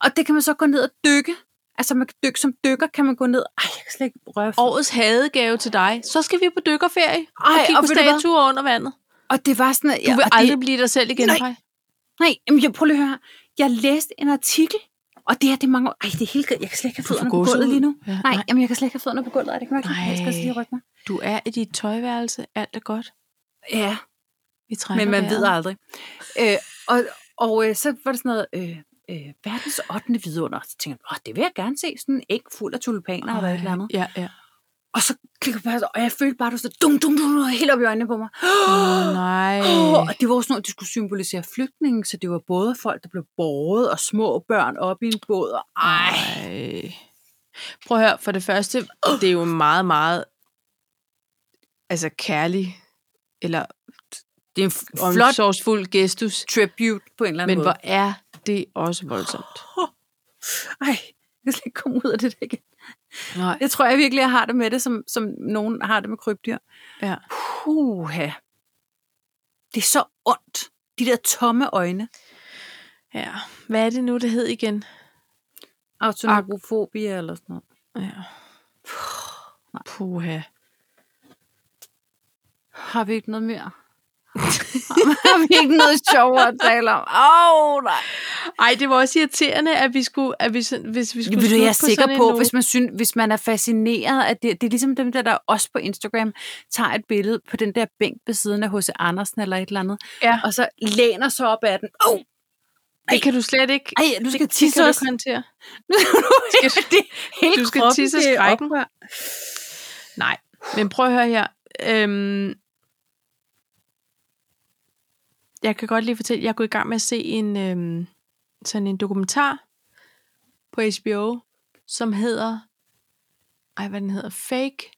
Speaker 1: Og det kan man så gå ned og dykke. Altså man kan dykke som dykker, kan man gå ned. Ej, jeg kan slet ikke røre og,
Speaker 2: Årets hadegave til dig. Så skal vi på dykkerferie og
Speaker 1: Ej,
Speaker 2: kigge
Speaker 1: og
Speaker 2: på
Speaker 1: ved du hvad?
Speaker 2: statuer under vandet.
Speaker 1: og det var sådan, at
Speaker 2: Du
Speaker 1: jeg,
Speaker 2: vil
Speaker 1: og
Speaker 2: aldrig blive dig selv igen,
Speaker 1: Nej.
Speaker 2: Paj.
Speaker 1: Det, nej, jamen, jeg, prøv lige at høre. Jeg læste en artikel, og det her, det er mange år. Ej, det er helt galt. Jeg kan slet ikke have
Speaker 2: Du får
Speaker 1: fødderne på
Speaker 2: gåsehud.
Speaker 1: gulvet lige nu.
Speaker 2: Ja,
Speaker 1: Nej,
Speaker 2: nej.
Speaker 1: jamen, jeg kan slet ikke have fødderne på gulvet. Ej, det kan man ikke. Jeg skal også lige
Speaker 2: Nej.
Speaker 1: rykke mig.
Speaker 2: Du er i dit tøjværelse. Alt er godt.
Speaker 1: Ja,
Speaker 2: Vi trænger
Speaker 1: men man
Speaker 2: vejret.
Speaker 1: ved aldrig. Øh, og og øh, så var det sådan noget, øh, øh, verdens 8. vidunder. Så tænkte jeg, "Åh, det vil jeg gerne se, sådan en æg fuld af tulipaner eller et eller andet.
Speaker 2: Ja, ja.
Speaker 1: Og så klikker jeg bare, og jeg følte bare, at du så dum, dum, dum, dum, helt op i øjnene på mig.
Speaker 2: Åh, nej.
Speaker 1: Oh, og det var jo sådan noget, de skulle symbolisere flygtninge, så det var både folk, der blev båret, og små børn op i en båd, og ej.
Speaker 2: Ej. Prøv at høre, for det første, det er jo en meget, meget altså kærlig eller
Speaker 1: Det er en f- flot
Speaker 2: omsorgsfuld gestus,
Speaker 1: tribute på en eller anden men
Speaker 2: men
Speaker 1: måde.
Speaker 2: hvor er det også voldsomt.
Speaker 1: Ej, jeg kan slet ikke komme ud af det der igen.
Speaker 2: Nej.
Speaker 1: Jeg tror jeg virkelig, jeg har det med det, som, som nogen har det med krybdyr.
Speaker 2: Ja.
Speaker 1: Puha. Det er så ondt. De der tomme øjne.
Speaker 2: ja. Hvad er det nu, det hed igen?
Speaker 1: Autonomofobi eller sådan noget.
Speaker 2: Ja. Puha.
Speaker 1: Har vi ikke noget mere? har vi ikke noget sjovere at tale om? Åh, oh, nej.
Speaker 2: Ej, det var også irriterende, at vi skulle, at vi, sådan- hvis vi skulle
Speaker 1: Ved du, jeg er
Speaker 2: slutte
Speaker 1: sikker
Speaker 2: sådan en
Speaker 1: på,
Speaker 2: note.
Speaker 1: hvis man, synes, hvis man er fascineret, at det, det er ligesom dem der, der også på Instagram tager et billede på den der bænk ved siden af H.C. Andersen eller et eller andet,
Speaker 2: Ja.
Speaker 1: og så læner sig op ad den. Åh, oh,
Speaker 2: Det kan du slet ikke...
Speaker 1: ej, du skal
Speaker 2: det, det
Speaker 1: tisse
Speaker 2: kan du
Speaker 1: også.
Speaker 2: ikke håndtere.
Speaker 1: Skal det, hele
Speaker 2: du skal
Speaker 1: kroppen,
Speaker 2: tisse
Speaker 1: det er
Speaker 2: skrækken.
Speaker 1: oprør.
Speaker 2: Nej, men prøv at høre her. Øhm, jeg kan godt lige fortælle, jeg går i gang med at se en øhm, sådan en dokumentar på HBO, som hedder, ej hvad den hedder, Fake,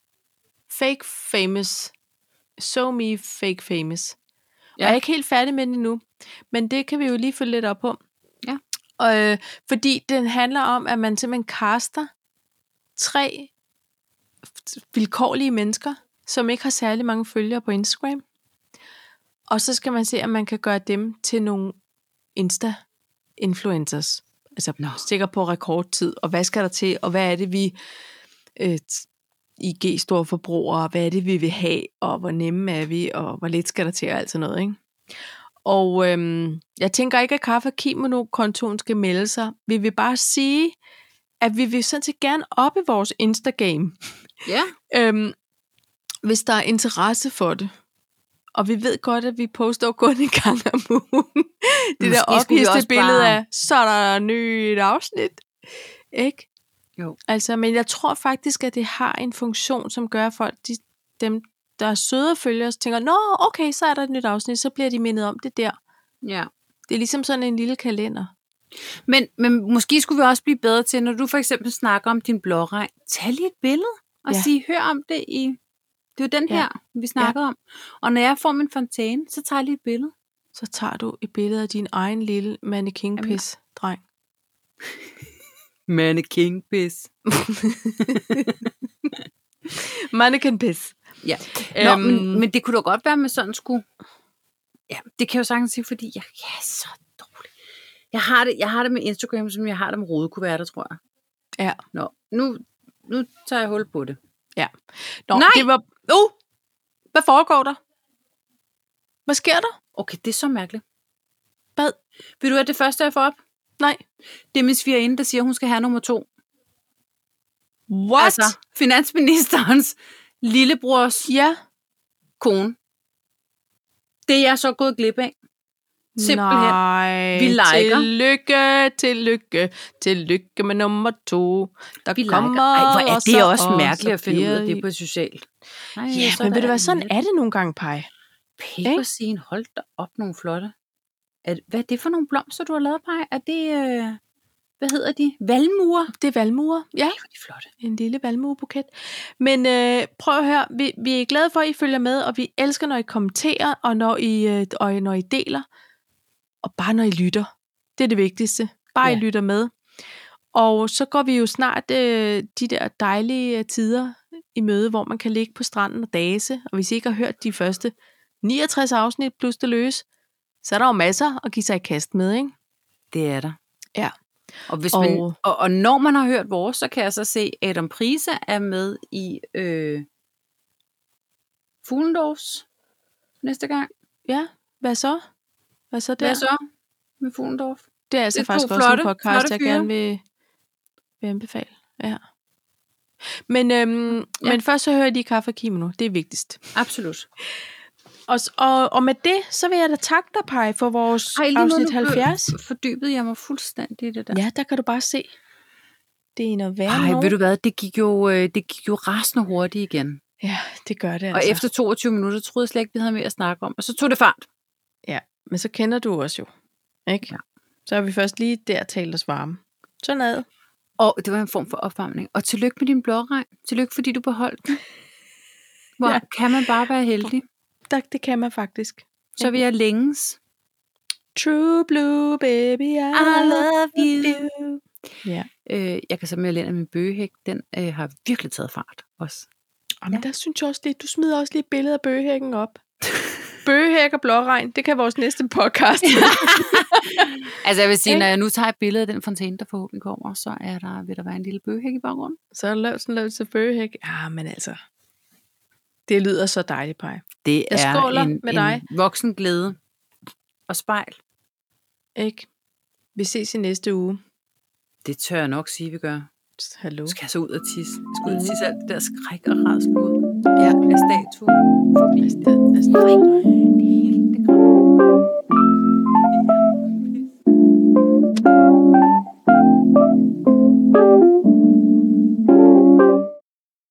Speaker 2: Fake Famous, So Me Fake Famous. Ja.
Speaker 1: Ja.
Speaker 2: Jeg er ikke helt færdig med den endnu, men det kan vi jo lige følge lidt op på.
Speaker 1: Ja.
Speaker 2: Og, øh, fordi den handler om, at man simpelthen kaster tre vilkårlige mennesker, som ikke har særlig mange følgere på Instagram. Og så skal man se, om man kan gøre dem til nogle Insta-influencers. Altså
Speaker 1: Nå.
Speaker 2: no. sikker på rekordtid, og hvad skal der til, og hvad er det, vi øh, t- IG store forbrugere, hvad er det, vi vil have, og hvor nemme er vi, og hvor lidt skal der til, og alt sådan noget, ikke? Og øhm, jeg tænker ikke, at Kaffe og Kimono-kontoen skal melde sig. Vi vil bare sige, at vi vil sådan set gerne oppe vores Instagram.
Speaker 1: Ja.
Speaker 2: Øhm, hvis der er interesse for det, og vi ved godt, at vi poster jo kun en gang om ugen. Det
Speaker 1: Måske
Speaker 2: der
Speaker 1: skulle vi
Speaker 2: ophidste
Speaker 1: også
Speaker 2: billede
Speaker 1: bare-
Speaker 2: af, så er der et nyt afsnit. Ikke?
Speaker 1: Jo.
Speaker 2: Altså, men jeg tror faktisk, at det har en funktion, som gør, at folk, de, dem, der er søde følger os, tænker, Nå, okay, så er der et nyt afsnit, så bliver de mindet om det der.
Speaker 1: ja.
Speaker 2: Det er ligesom sådan en lille kalender.
Speaker 1: Men, men måske skulle vi også blive bedre til, når du for eksempel snakker om din blåregn, tag lige et billede og
Speaker 2: Ja.
Speaker 1: ja. sige, hør om det i... Det er jo den
Speaker 2: Ja.
Speaker 1: her, vi snakker ja. om. Og når jeg får min fontæne, så tager jeg lige et billede.
Speaker 2: Så tager du et billede af din egen lille mannequin-pis-dreng.
Speaker 1: Mannequin piss.
Speaker 2: Mannequin-pis.
Speaker 1: Ja. Nå,
Speaker 2: Øhm,
Speaker 1: men, men det kunne da godt være med sådan skulle... Ja, det kan jeg jo sagtens sige, fordi jeg, jeg er så dårlig. Jeg har, det, jeg har det med Instagram, som jeg har det med rodekuverter, tror jeg.
Speaker 2: Ja.
Speaker 1: Nå, nu, nu tager jeg hul på det.
Speaker 2: Nå,
Speaker 1: Nej!
Speaker 2: det var... Uh! Hvad foregår der? Hvad sker der?
Speaker 1: Okay, det er så mærkeligt.
Speaker 2: Hvad?
Speaker 1: Vil du have det første, jeg får op?
Speaker 2: Nej.
Speaker 1: Det er min svigerinde, der siger, hun skal have nummer to.
Speaker 2: What?
Speaker 1: Altså, finansministerens lillebrors
Speaker 2: ja.
Speaker 1: kone. Det er jeg så gået glip af. Simpelthen.
Speaker 2: Nej.
Speaker 1: Vi liker.
Speaker 2: Tillykke, tillykke, tillykke med nummer to. Der
Speaker 1: Vi
Speaker 2: kommer
Speaker 1: liker. Ej, hvor er det
Speaker 2: så-
Speaker 1: også
Speaker 2: og
Speaker 1: mærkeligt
Speaker 2: så
Speaker 1: at finde ud af
Speaker 2: bliver
Speaker 1: det
Speaker 2: I-
Speaker 1: på socialt. Ej,
Speaker 2: Ja,
Speaker 1: så
Speaker 2: men
Speaker 1: der
Speaker 2: ved du hvad,
Speaker 1: en
Speaker 2: sådan
Speaker 1: lille
Speaker 2: er det nogle gange, Pej.
Speaker 1: Pebersin, hold da op nogle flotte. Er, hvad er det for nogle blomster, du har lavet, Paj? Er det, øh, hvad hedder de? Valmuer?
Speaker 2: Det er valmuer, ja.
Speaker 1: Hvor er de flotte.
Speaker 2: En lille valmuebuket. Men øh, prøv at høre, vi, vi er glade for, at I følger med, og vi elsker, når I kommenterer, og når I, øh, og når I deler. Og bare når I lytter. Det er det vigtigste. Bare ja. I
Speaker 1: Ja.
Speaker 2: lytter med. Og så går vi jo snart øh, de der dejlige øh, tider i møde, hvor man kan ligge på stranden og dase. Og hvis I ikke har hørt de første 69 afsnit plus det løse, så er der jo masser at give sig i kast med, ikke?
Speaker 1: Det er der.
Speaker 2: Ja.
Speaker 1: Og, hvis man,
Speaker 2: Og-
Speaker 1: og... Og, og når man har hørt vores, så kan jeg så se, at Adam Prise er med i øh, Fuglendorfs næste gang.
Speaker 2: Ja, hvad så? Hvad så der?
Speaker 1: Hvad så med Fuglendorf?
Speaker 2: Det er altså
Speaker 1: Det er
Speaker 2: det
Speaker 1: to
Speaker 2: faktisk også
Speaker 1: flotte-
Speaker 2: en podcast,
Speaker 1: flotte
Speaker 2: jeg
Speaker 1: fyre.
Speaker 2: gerne vil, vil anbefale. Ja. Men, øhm, ja. men først så hører de kaffe og kimono. Det er vigtigst.
Speaker 1: Absolut.
Speaker 2: Og, s- og, og med det, så vil jeg da takke dig, Paj, for vores Ej, afsnit 70.
Speaker 1: fordybede jeg mig fuldstændig i det der.
Speaker 2: Ja, der kan du bare se. Det er noget værre
Speaker 1: Nej,
Speaker 2: nogen.
Speaker 1: ved du hvad, det gik jo, øh, det gik jo rasende hurtigt igen.
Speaker 2: Ja, det gør det
Speaker 1: Og
Speaker 2: altså.
Speaker 1: efter 22 minutter troede jeg slet ikke, vi havde mere at snakke om. Og så tog det fart.
Speaker 2: Men så kender du os jo. Ikke?
Speaker 1: Ja.
Speaker 2: Ja. Så har vi først lige der talt os varme. Sådan ad.
Speaker 1: Og det var en form for opvarmning. Og tillykke med din blåregn. Tillykke, fordi du beholdt den. Hvor
Speaker 2: Ja.
Speaker 1: ja. kan man bare være heldig.
Speaker 2: Der, det kan man faktisk.
Speaker 1: Så vil jeg længes.
Speaker 2: True blue, baby, I,
Speaker 1: love
Speaker 2: you. Ja.
Speaker 1: Øh, jeg kan så melde ind, at min bøgehæk, den øh, har virkelig taget fart også.
Speaker 2: Jamen, ja. der synes jeg også lige, du smider også lige et billede af bøgehækken op. Bøgehæk og blåregn, det kan vores næste podcast.
Speaker 1: Altså jeg vil sige,
Speaker 2: Ikke?
Speaker 1: når jeg nu tager et billede af den fontæne, der forhåbentlig kommer, så er der, vil der være en lille bøgehæk i baggrunden.
Speaker 2: så er der lavet sådan lavet til bøgehæk. Ja, men altså, det lyder så dejligt, Paj.
Speaker 1: Det
Speaker 2: Jeg
Speaker 1: er
Speaker 2: skåler
Speaker 1: en,
Speaker 2: med
Speaker 1: en
Speaker 2: dig.
Speaker 1: voksen glæde og spejl.
Speaker 2: Ikke? Vi ses i næste uge.
Speaker 1: Det tør jeg nok sige, vi gør.
Speaker 2: Hallo.
Speaker 1: Nu skal jeg så ud og tisse. Jeg skal ud og tisse alt det der skræk og rædsel ud
Speaker 2: Ja.
Speaker 1: af statuen. Forbi.
Speaker 2: Afsted. Afsted.
Speaker 1: Det hele